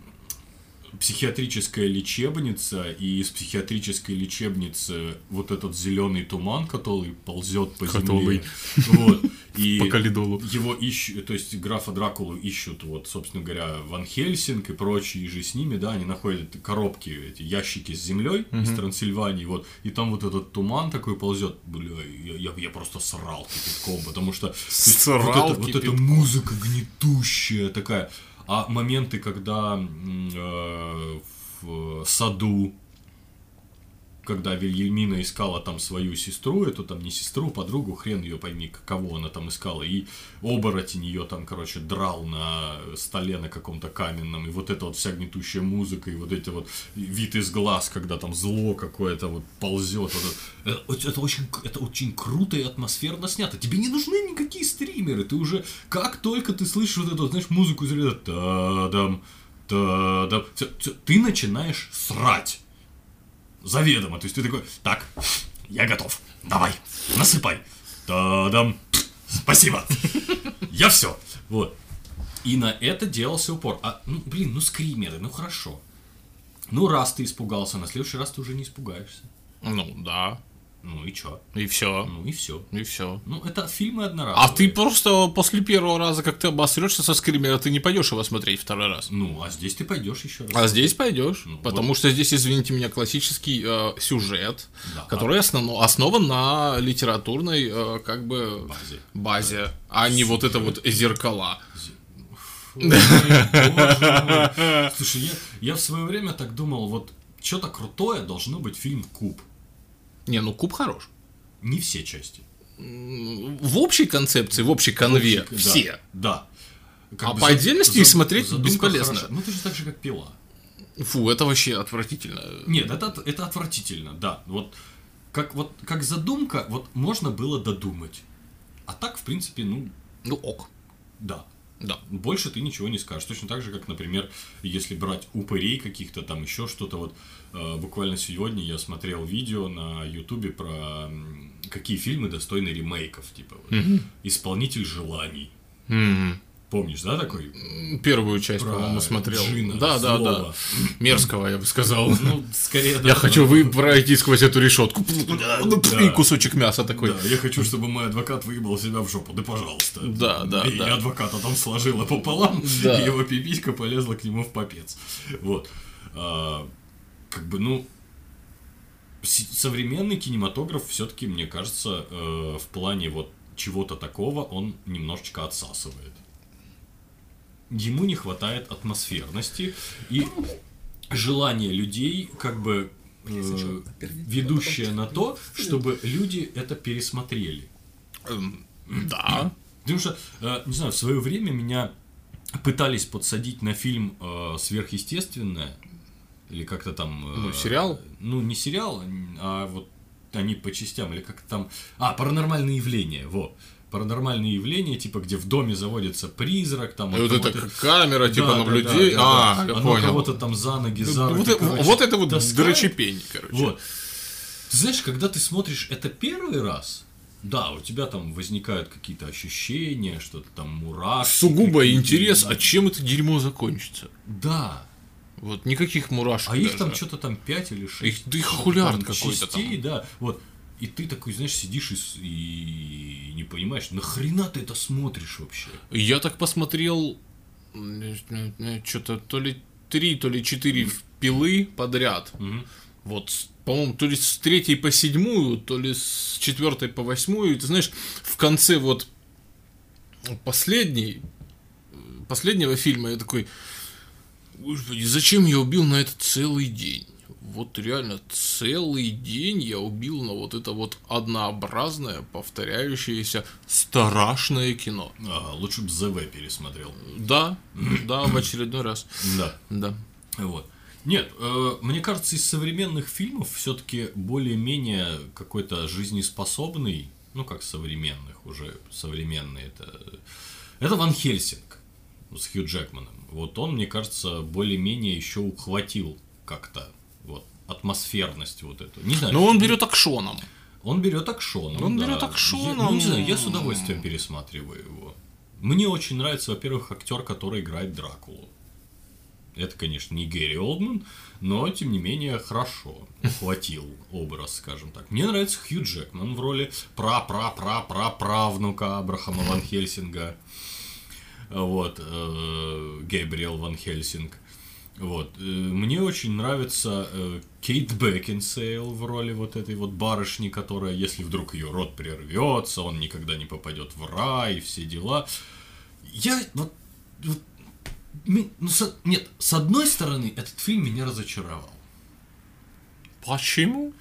[SPEAKER 2] психиатрическая лечебница, и из психиатрической лечебницы вот этот зеленый туман, который ползет по
[SPEAKER 3] Который.
[SPEAKER 2] земле. Вот.
[SPEAKER 3] [laughs]
[SPEAKER 2] И
[SPEAKER 3] По коридору.
[SPEAKER 2] его ищут, то есть графа Дракулу ищут, вот, собственно говоря, Ван Хельсинг и прочие же с ними, да, они находят коробки, эти ящики с землей из Трансильвании, вот, и там вот этот туман такой ползет, бля, я, я- я просто срал кипятком, потому что то есть,
[SPEAKER 3] Срал
[SPEAKER 2] вот, это, вот эта
[SPEAKER 3] кипятком.
[SPEAKER 2] музыка гнетущая такая, а моменты, когда м, э, в э, саду когда Вильгельмина искала там свою сестру, эту там не сестру, подругу, хрен ее пойми, кого она там искала, и оборотень ее там, короче, драл на столе на каком-то каменном, и вот эта вот вся гнетущая музыка, и вот эти вот вид из глаз, когда там зло какое-то вот ползет. Вот это, это очень, это очень круто и атмосферно снято. Тебе не нужны никакие стримеры, ты уже, как только ты слышишь вот эту, вот, знаешь, музыку из ряда «Та-дам», «Та-дам», всё- всё, ты начинаешь срать заведомо. То есть ты такой, так, я готов, давай, насыпай. Та-дам, спасибо, я все. Вот. И на это делался упор. А, ну, блин, ну скримеры, ну хорошо. Ну, раз ты испугался, на следующий раз ты уже не испугаешься.
[SPEAKER 3] Ну да.
[SPEAKER 2] Ну и чё?
[SPEAKER 3] И все.
[SPEAKER 2] Ну и все.
[SPEAKER 3] И все.
[SPEAKER 2] Ну, это фильмы одноразовые.
[SPEAKER 3] А ты просто после первого раза, как ты обосрешься со скримера, ты не пойдешь его смотреть второй раз.
[SPEAKER 2] Ну, а здесь ты пойдешь еще раз.
[SPEAKER 3] А здесь пойдешь,
[SPEAKER 2] Ну,
[SPEAKER 3] потому что здесь, извините меня, классический э, сюжет,
[SPEAKER 2] Да.
[SPEAKER 3] который основно- основан на литературной, э, как бы
[SPEAKER 2] Базе.
[SPEAKER 3] базе, а не вот это вот зеркала.
[SPEAKER 2] Ой, боже мой. Слушай, я, я в свое время так думал, вот что-то крутое должно быть фильм Куб.
[SPEAKER 3] Не, ну куб хорош.
[SPEAKER 2] Не все части.
[SPEAKER 3] В общей концепции, в общей конве
[SPEAKER 2] Да,
[SPEAKER 3] все.
[SPEAKER 2] Да. Как
[SPEAKER 3] А
[SPEAKER 2] бы
[SPEAKER 3] по
[SPEAKER 2] за-
[SPEAKER 3] отдельности
[SPEAKER 2] за-
[SPEAKER 3] их смотреть
[SPEAKER 2] задумка
[SPEAKER 3] бесполезно.
[SPEAKER 2] хороша. Ну, точно так же, как пила.
[SPEAKER 3] Фу, это вообще отвратительно.
[SPEAKER 2] Нет, это, от- это отвратительно, да. Вот как, вот как задумка, вот можно было додумать. А так, в принципе, ну,
[SPEAKER 3] Ну ок,
[SPEAKER 2] да.
[SPEAKER 3] да.
[SPEAKER 2] Больше ты ничего не скажешь. Точно так же, как, например, если брать упырей каких-то, там еще что-то. Вот э, буквально сегодня я смотрел видео на Ютубе про м, какие фильмы достойны ремейков. Типа вот. «Исполнитель желаний». Помнишь, да, такой?
[SPEAKER 3] Первую часть,
[SPEAKER 2] Про
[SPEAKER 3] по-моему, смотрел.
[SPEAKER 2] Джина,
[SPEAKER 3] да, да, да.
[SPEAKER 2] злого.
[SPEAKER 3] Мерзкого, я бы сказал.
[SPEAKER 2] Ну, скорее, да.
[SPEAKER 3] Я хочу вы пройти сквозь эту решетку. И кусочек мяса такой.
[SPEAKER 2] Да, я
[SPEAKER 3] [laughs]
[SPEAKER 2] хочу, чтобы мой адвокат выебал себя в жопу. Да, пожалуйста.
[SPEAKER 3] Да, да,
[SPEAKER 2] и
[SPEAKER 3] да.
[SPEAKER 2] адвоката а там сложила пополам,
[SPEAKER 3] Да.
[SPEAKER 2] и его пиписька полезла к нему в попец. Вот. А, как бы, ну, с- современный кинематограф все-таки, мне кажется, э, в плане вот чего-то такого он немножечко отсасывает. Ему не хватает атмосферности и желания людей, как бы э, ведущее на то, чтобы люди это пересмотрели.
[SPEAKER 3] Эм, Да.
[SPEAKER 2] Потому что, э, не знаю, в свое время меня пытались подсадить на фильм э, «Сверхъестественное», или как-то там... э,
[SPEAKER 3] Ну, сериал?
[SPEAKER 2] Ну, не сериал, а вот они по частям, или как-то там... А, «Паранормальные явления», во. «Паранормальные явления», типа, где в доме заводится призрак, там...
[SPEAKER 3] И
[SPEAKER 2] от
[SPEAKER 3] Вот это
[SPEAKER 2] кого-то-
[SPEAKER 3] как камера, типа
[SPEAKER 2] Да, да,
[SPEAKER 3] наблюдение.
[SPEAKER 2] да, да,
[SPEAKER 3] А,
[SPEAKER 2] да.
[SPEAKER 3] я
[SPEAKER 2] Оно
[SPEAKER 3] понял.
[SPEAKER 2] кого-то там за ноги, за руки,
[SPEAKER 3] Вот э-
[SPEAKER 2] короче,
[SPEAKER 3] Вот это вот
[SPEAKER 2] таскает.
[SPEAKER 3] дрочепень, короче.
[SPEAKER 2] Вот. Ты знаешь, когда ты смотришь это первый раз, да, у тебя там возникают какие-то ощущения, что-то там мурашки.
[SPEAKER 3] Сугубо
[SPEAKER 2] какие-то.
[SPEAKER 3] интерес, а чем это дерьмо закончится?
[SPEAKER 2] Да.
[SPEAKER 3] Вот никаких мурашек
[SPEAKER 2] А их там
[SPEAKER 3] даже.
[SPEAKER 2] что-то там 5 или 6.
[SPEAKER 3] Их- да их хулиард какой-то там.
[SPEAKER 2] Частей, да. Вот. И ты такой, знаешь, сидишь и, с- и не понимаешь, нахрена ты это смотришь вообще?
[SPEAKER 3] Я так посмотрел что-то то ли три, то ли четыре пилы подряд. Вот, с- по-моему, то ли с третьей по седьмую, то ли с четвертой по восьмую. И Ты знаешь, в конце вот последней, э, последнего фильма я такой, господи, зачем я убил на это целый день? вот реально целый день я убил на вот это вот однообразное, повторяющееся, страшное кино.
[SPEAKER 2] А, лучше бы ЗВ пересмотрел.
[SPEAKER 3] Да, да, в очередной раз.
[SPEAKER 2] Да.
[SPEAKER 3] Да.
[SPEAKER 2] Вот. Нет, э, мне кажется, из современных фильмов все-таки более-менее какой-то жизнеспособный, ну как современных уже, современные это... Это Ван Хельсинг с Хью Джекманом. Вот он, мне кажется, более-менее еще ухватил как-то вот атмосферность вот эту. Не знаю.
[SPEAKER 3] Но он берет акшоном.
[SPEAKER 2] Он берет акшоном.
[SPEAKER 3] Он
[SPEAKER 2] да.
[SPEAKER 3] берет акшоном.
[SPEAKER 2] Я, ну, не знаю, я с удовольствием пересматриваю его. Мне очень нравится, во-первых, актер, который играет Дракулу. Это, конечно, не Гэри Олдман, но, тем не менее, хорошо ухватил образ, скажем так. Мне нравится Хью Джекман в роли пра-пра-пра-пра-правнука Абрахама Ван Хельсинга. Вот, э, Гэбриэл Ван Хельсинг. Вот. э, Мне очень нравится э, Кейт Бекинсейл в роли вот этой вот барышни, которая, если вдруг ее рот прервется, он никогда не попадет в рай и все дела. Я вот- вот ми- ну, с- нет, с одной стороны, этот фильм меня разочаровал.
[SPEAKER 3] Почему?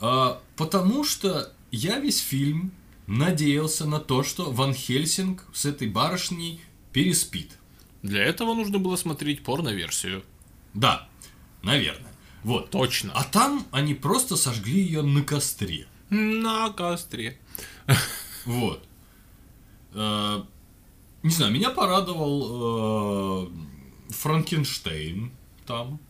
[SPEAKER 2] А, потому что я весь фильм надеялся на то, что Ван Хельсинг с этой барышней переспит.
[SPEAKER 3] Для этого нужно было смотреть порно-версию.
[SPEAKER 2] Да, наверное. Вот.
[SPEAKER 3] Точно.
[SPEAKER 2] А там они просто сожгли ее на костре.
[SPEAKER 3] На костре.
[SPEAKER 2] Вот. Э, Не знаю, меня порадовал э, Франкенштейн там.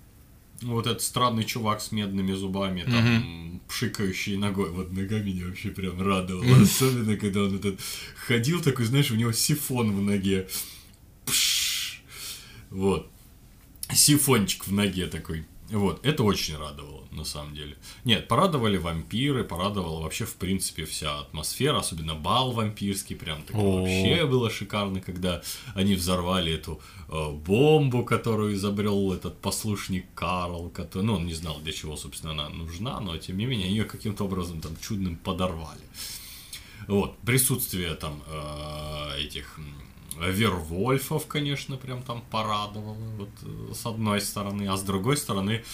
[SPEAKER 2] Вот этот странный чувак с медными зубами, там, пшикающий ногой. Вот ногами меня вообще прям радовало. Особенно, когда он этот ходил такой, знаешь, у него сифон в ноге. Пш! Вот. Сифончик в ноге такой. Вот, это очень радовало, на самом деле. Нет, порадовали вампиры, порадовала вообще, в принципе, вся атмосфера, особенно бал вампирский, прям такой
[SPEAKER 3] О.
[SPEAKER 2] вообще было шикарно, когда они взорвали эту э, бомбу, которую изобрел этот послушник Карл, который, ну, он не знал, для чего, собственно, она нужна, но, тем не менее, ее каким-то образом там чудным подорвали. Вот, присутствие там э, этих м, вервольфов, конечно, прям там порадовало, вот э, с одной стороны, а с другой стороны,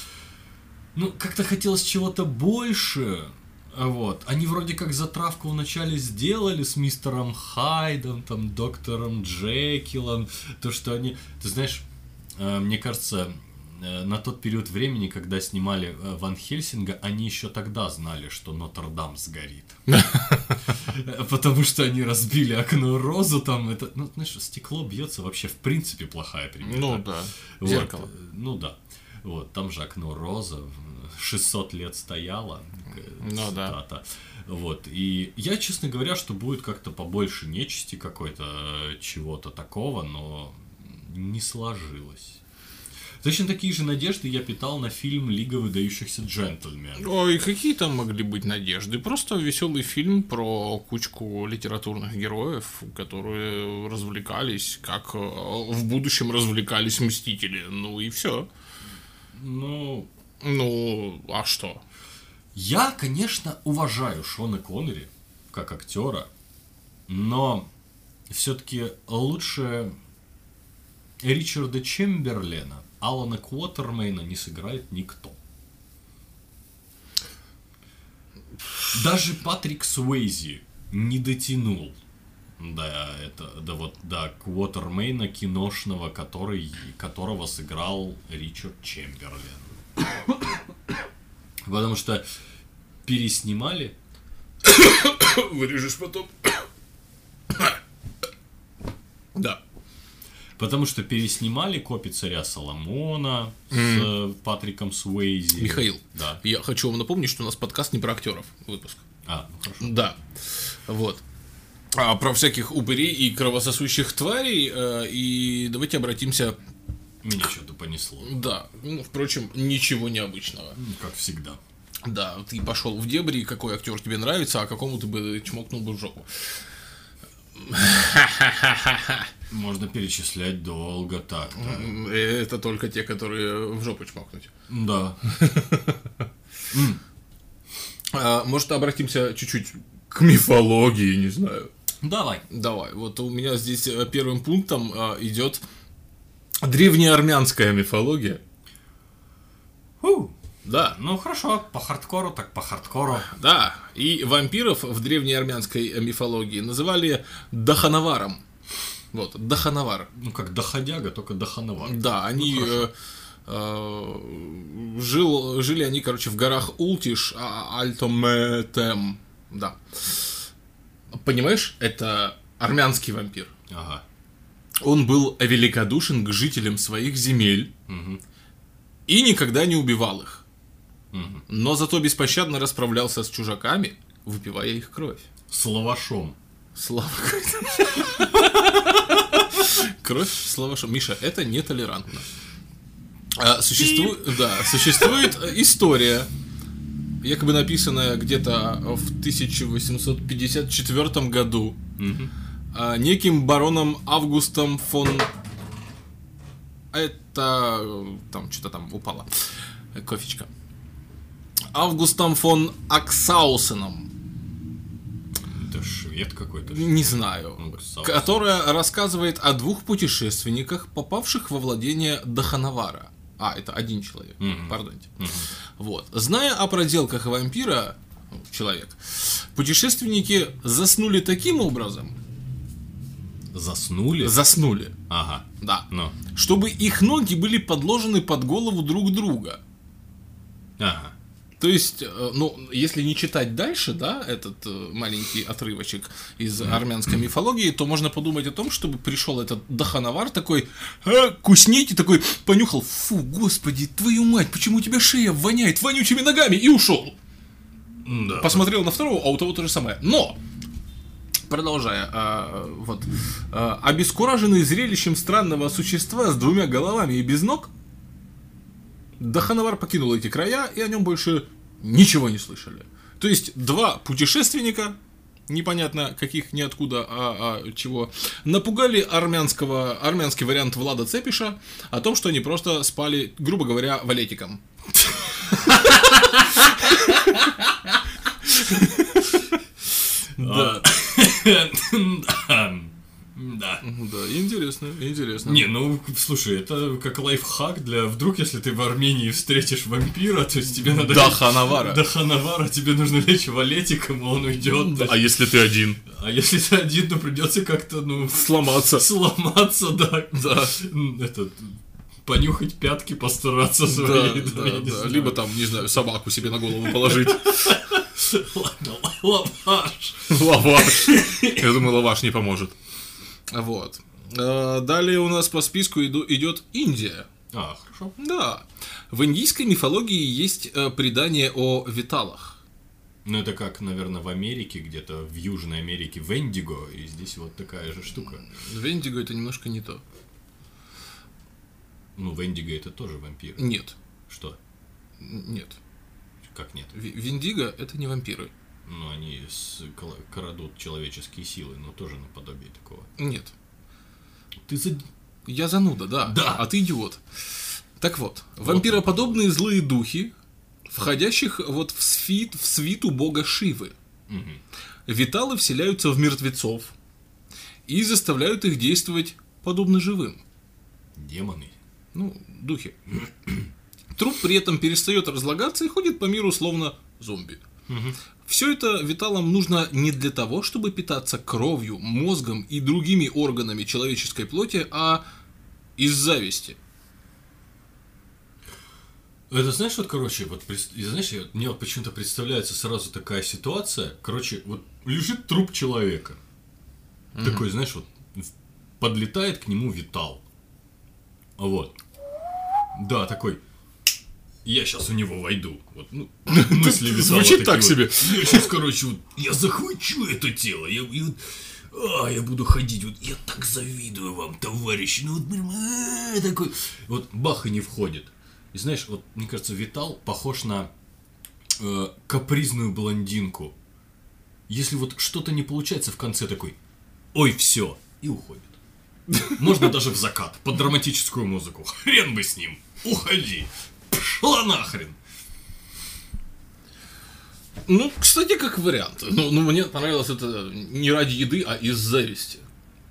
[SPEAKER 2] ну, как-то хотелось чего-то больше, а вот. Они вроде как затравку вначале сделали с мистером Хайдом, там, доктором Джекилом, то, что они, ты знаешь, э, мне кажется, э, на тот период времени, когда снимали э, Ван Хельсинга, они еще тогда знали, что Нотр-Дам сгорит. Э, Потому что они разбили окно розу, там это, ну, знаешь, стекло бьется вообще, в принципе, плохая примета.
[SPEAKER 3] Ну да.
[SPEAKER 2] Вот,
[SPEAKER 3] Зеркало.
[SPEAKER 2] э, Ну да. Вот, там же окно роза в- 600 лет стояло. э,
[SPEAKER 3] Ну да.
[SPEAKER 2] цитата. Вот, и я, честно говоря, что будет как-то побольше нечисти какой-то, э, чего-то такого, но не сложилось. Точно такие же надежды я питал на фильм «Лига выдающихся джентльменов».
[SPEAKER 3] Ой, какие там могли быть надежды? Просто веселый фильм про кучку литературных героев, которые развлекались, как э, в будущем развлекались мстители. Ну и все.
[SPEAKER 2] Ну,
[SPEAKER 3] Ну, а что?
[SPEAKER 2] Я, конечно, уважаю Шона Коннери как актера, но все-таки лучше Ричарда Чемберлена, Алана Квотермейна не сыграет никто. Даже Патрик Суэйзи не дотянул до, это, до, вот, до Квотермейна киношного, который, которого сыграл Ричард Чемберлен. Потому что переснимали.
[SPEAKER 3] Вырежешь потом. Да.
[SPEAKER 2] Потому что переснимали копи царя Соломона с э, Патриком Суэйзи.
[SPEAKER 3] Михаил,
[SPEAKER 2] Да.
[SPEAKER 3] я хочу вам напомнить, что у нас подкаст не про актеров выпуск.
[SPEAKER 2] А, ну хорошо.
[SPEAKER 3] Да. Вот. А про всяких упырей и кровососущих тварей. э, И давайте обратимся.
[SPEAKER 2] Меня что-то понесло.
[SPEAKER 3] Да, ну, впрочем, ничего необычного.
[SPEAKER 2] Ну, Как всегда.
[SPEAKER 3] Да, ты пошел в дебри, какой актер тебе нравится, а какому ты бы чмокнул бы в жопу.
[SPEAKER 2] Можно перечислять долго так. да.
[SPEAKER 3] М, Э, Это только те, которые в жопу чмокнуть.
[SPEAKER 2] Да.
[SPEAKER 3] А, Может, обратимся чуть-чуть к мифологии, не знаю.
[SPEAKER 2] Давай.
[SPEAKER 3] Давай, вот у меня здесь э, первым пунктом э, идет древнеармянская мифология.
[SPEAKER 2] Фу.
[SPEAKER 3] Да,
[SPEAKER 2] Ну хорошо, по хардкору, так по хардкору.
[SPEAKER 3] да. И вампиров в древней армянской мифологии называли Дахановаром. Вот, Дахановар.
[SPEAKER 2] Ну как доходяга, только дохановар.
[SPEAKER 3] Да, они... э, э, жил, жили они, короче, в горах Ултиш, а- Альтометем. Да. Понимаешь, это армянский вампир.
[SPEAKER 2] Ага.
[SPEAKER 3] Он был великодушен к жителям своих земель и никогда не убивал их. Но зато беспощадно расправлялся с чужаками, выпивая их кровь.
[SPEAKER 2] С лавашом.
[SPEAKER 3] Слава. Кровь с лавашом. Миша, это нетолерантно. А, существует, да, существует э, история, якобы написанная где-то в 1854 году а, неким бароном Августом фон... Это... э, Там что-то там упало. Э, Кофечка. Августом фон Аксаусеном.
[SPEAKER 2] Это швед какой-то.
[SPEAKER 3] Не знаю.
[SPEAKER 2] Аксаусен.
[SPEAKER 3] Которая рассказывает о двух путешественниках, попавших во владение Дахановара. А, это один человек.
[SPEAKER 2] Мгм.
[SPEAKER 3] Пардоньте. Вот. Зная о проделках вампира, ну, человек, путешественники заснули таким образом.
[SPEAKER 2] Заснули?
[SPEAKER 3] Заснули.
[SPEAKER 2] Ага.
[SPEAKER 3] Да.
[SPEAKER 2] Ну.
[SPEAKER 3] чтобы их ноги были подложены под голову друг друга.
[SPEAKER 2] Ага.
[SPEAKER 3] То есть, э, ну, если не читать дальше, да, этот э, маленький отрывочек из армянской мифологии, то можно подумать о том, чтобы пришел этот Дахановар такой, «Э, куснить, и такой понюхал, фу, господи, твою мать, почему у тебя шея воняет вонючими ногами, и ушел.
[SPEAKER 2] Да.
[SPEAKER 3] Э, Посмотрел на второго, а у того то же самое. Но, продолжая, а, вот, а, обескураженный зрелищем странного существа с двумя головами и без ног, Дахановар покинул эти края, и о нем больше ничего не слышали. То есть, два путешественника, непонятно каких, ниоткуда, а, а чего, напугали армянского, армянский вариант Влада Цепиша о том, что они просто спали, грубо говоря, валетиком.
[SPEAKER 2] [laughs] Да. Да.
[SPEAKER 3] Ну Да, интересно, интересно.
[SPEAKER 2] Не, ну слушай, это как лайфхак для вдруг, если ты в Армении встретишь вампира, то есть тебе надо.
[SPEAKER 3] Дахановара.
[SPEAKER 2] Да ханавара, тебе нужно лечь валетиком, и он уйдет.
[SPEAKER 3] А если ты один?
[SPEAKER 2] А если ты один, то придется как-то, ну,
[SPEAKER 3] Сломаться.
[SPEAKER 2] сломаться, да. Да. Это, понюхать пятки, постараться
[SPEAKER 3] Да,
[SPEAKER 2] свои.
[SPEAKER 3] да,
[SPEAKER 2] я не
[SPEAKER 3] да.
[SPEAKER 2] знаю.
[SPEAKER 3] Либо там, не знаю, собаку себе на голову положить.
[SPEAKER 2] [laughs]
[SPEAKER 3] [laughs]
[SPEAKER 2] Ладно, лаваш.
[SPEAKER 3] Лаваш. Я думаю, лаваш не поможет. Вот. Э, Далее у нас по списку иду- идет Индия.
[SPEAKER 2] А, хорошо.
[SPEAKER 3] Да. В индийской мифологии есть э, предание о виталах.
[SPEAKER 2] Ну, это как, наверное, в Америке, где-то в Южной Америке, в Эндиго, и здесь вот такая же штука.
[SPEAKER 3] В Индиго это немножко не то.
[SPEAKER 2] Ну, в Эндиго это тоже вампир.
[SPEAKER 3] Нет.
[SPEAKER 2] Что?
[SPEAKER 3] Н- Нет.
[SPEAKER 2] Как нет?
[SPEAKER 3] В в Индиго это не вампиры.
[SPEAKER 2] Ну, они с- кла- крадут человеческие силы, но тоже наподобие такого.
[SPEAKER 3] Нет.
[SPEAKER 2] Ты за...
[SPEAKER 3] Я зануда, да.
[SPEAKER 2] Да.
[SPEAKER 3] А ты идиот. Так вот, вампироподобные злые духи, входящих вот в, сфит, в свиту бога Шивы.
[SPEAKER 2] Мгм.
[SPEAKER 3] Виталы вселяются в мертвецов и заставляют их действовать подобно живым.
[SPEAKER 2] Демоны.
[SPEAKER 3] Ну,
[SPEAKER 2] [clears throat]
[SPEAKER 3] духи. Труп при этом перестает разлагаться и ходит по миру словно зомби. Все это виталам нужно не для того, чтобы питаться кровью, мозгом и другими органами человеческой плоти, а из зависти.
[SPEAKER 2] Это знаешь, вот, короче, вот, прис- и знаешь, я- мне вот почему-то представляется сразу такая ситуация, короче, вот лежит труп человека, такой, знаешь, вот, в- подлетает к нему Витал, вот, да, такой, я сейчас у него войду, вот,
[SPEAKER 3] [laughs]
[SPEAKER 2] ну, мысли Витала такие
[SPEAKER 3] звучит так
[SPEAKER 2] вот.
[SPEAKER 3] себе.
[SPEAKER 2] Я сейчас, короче, вот, я захвачу это тело, я, и вот, а, я буду ходить, вот, я так завидую вам, товарищи, ну, вот, блин, э, такой, вот, бах, и не входит. И знаешь, вот, мне кажется, Витал похож на э, капризную блондинку. Если вот что-то не получается в конце такой, ой, все, и уходит. Можно даже в закат, под драматическую музыку. Хрен бы с ним, уходи, пшла нахрен.
[SPEAKER 3] Ну, кстати, как вариант. Ну, ну, мне понравилось это не ради еды, а из зависти.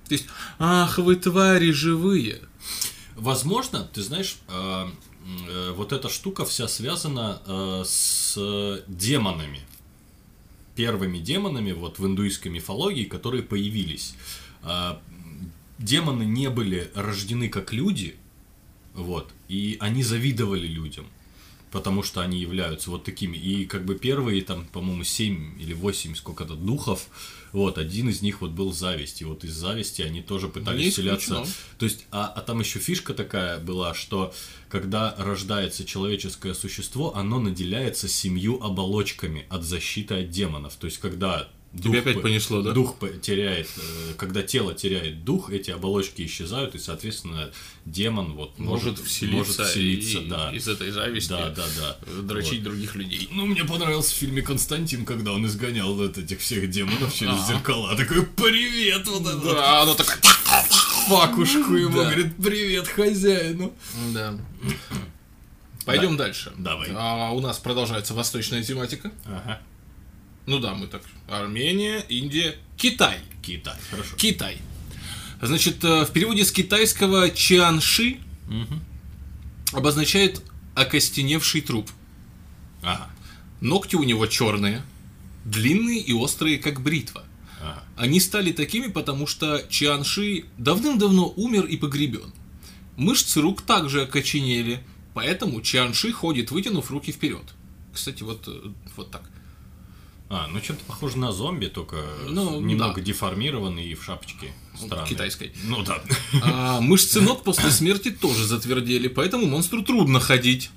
[SPEAKER 3] То есть, ах, вы твари живые.
[SPEAKER 2] Возможно, ты знаешь, э, э, вот эта штука вся связана э, с демонами. Первыми демонами вот в индуистской мифологии, которые появились. А, Демоны не были рождены как люди, вот, и они завидовали людям, потому что они являются вот такими. И как бы первые там, по-моему, 7 или 8 сколько-то духов, вот, один из них вот был зависть, и вот из зависти они тоже
[SPEAKER 3] Не
[SPEAKER 2] пытались
[SPEAKER 3] исключено.
[SPEAKER 2] вселяться. То есть, а, а там еще фишка такая была, что когда рождается человеческое существо, оно наделяется семью оболочками от защиты от демонов. То есть, когда дух,
[SPEAKER 4] опять
[SPEAKER 2] по-
[SPEAKER 4] понесло, да?
[SPEAKER 2] дух по- теряет, э, когда тело теряет дух, эти оболочки исчезают, и, соответственно, демон вот
[SPEAKER 4] Может,
[SPEAKER 2] может,
[SPEAKER 4] вселиться,
[SPEAKER 2] может вселиться,
[SPEAKER 4] и-
[SPEAKER 2] да.
[SPEAKER 4] из этой зависти
[SPEAKER 2] Да, да, да.
[SPEAKER 4] э, дрочить других людей.
[SPEAKER 2] Ну, мне понравился в фильме Константин, когда он изгонял вот этих всех демонов через
[SPEAKER 3] Ага.
[SPEAKER 2] зеркала. Такой, привет, вот это вот
[SPEAKER 3] Да, она такая...
[SPEAKER 2] факушку ему,
[SPEAKER 3] Да.
[SPEAKER 2] говорит, привет хозяину.
[SPEAKER 3] Да. Пойдем дальше.
[SPEAKER 2] Давай.
[SPEAKER 3] А, у нас продолжается восточная тематика.
[SPEAKER 2] Ага.
[SPEAKER 3] Ну да, мы так. Армения, Индия, Китай.
[SPEAKER 2] Китай, хорошо.
[SPEAKER 3] Китай. Значит, э, в переводе с китайского чианши обозначает окостеневший труп.
[SPEAKER 2] Ага.
[SPEAKER 3] Ногти у него черные, длинные и острые, как бритва.
[SPEAKER 2] Ага.
[SPEAKER 3] Они стали такими, потому что Чианши давным-давно умер и погребен. Мышцы рук также окоченели, поэтому Чианши ходит, вытянув руки вперед. Кстати, вот, э, вот так.
[SPEAKER 2] А, ну что-то похоже на зомби, только
[SPEAKER 3] Ну,
[SPEAKER 2] с- немного
[SPEAKER 3] да.
[SPEAKER 2] деформированный и в шапочке. Странный.
[SPEAKER 3] Китайской.
[SPEAKER 2] Ну да.
[SPEAKER 3] А мышцы ног после смерти тоже затвердели, поэтому монстру трудно ходить.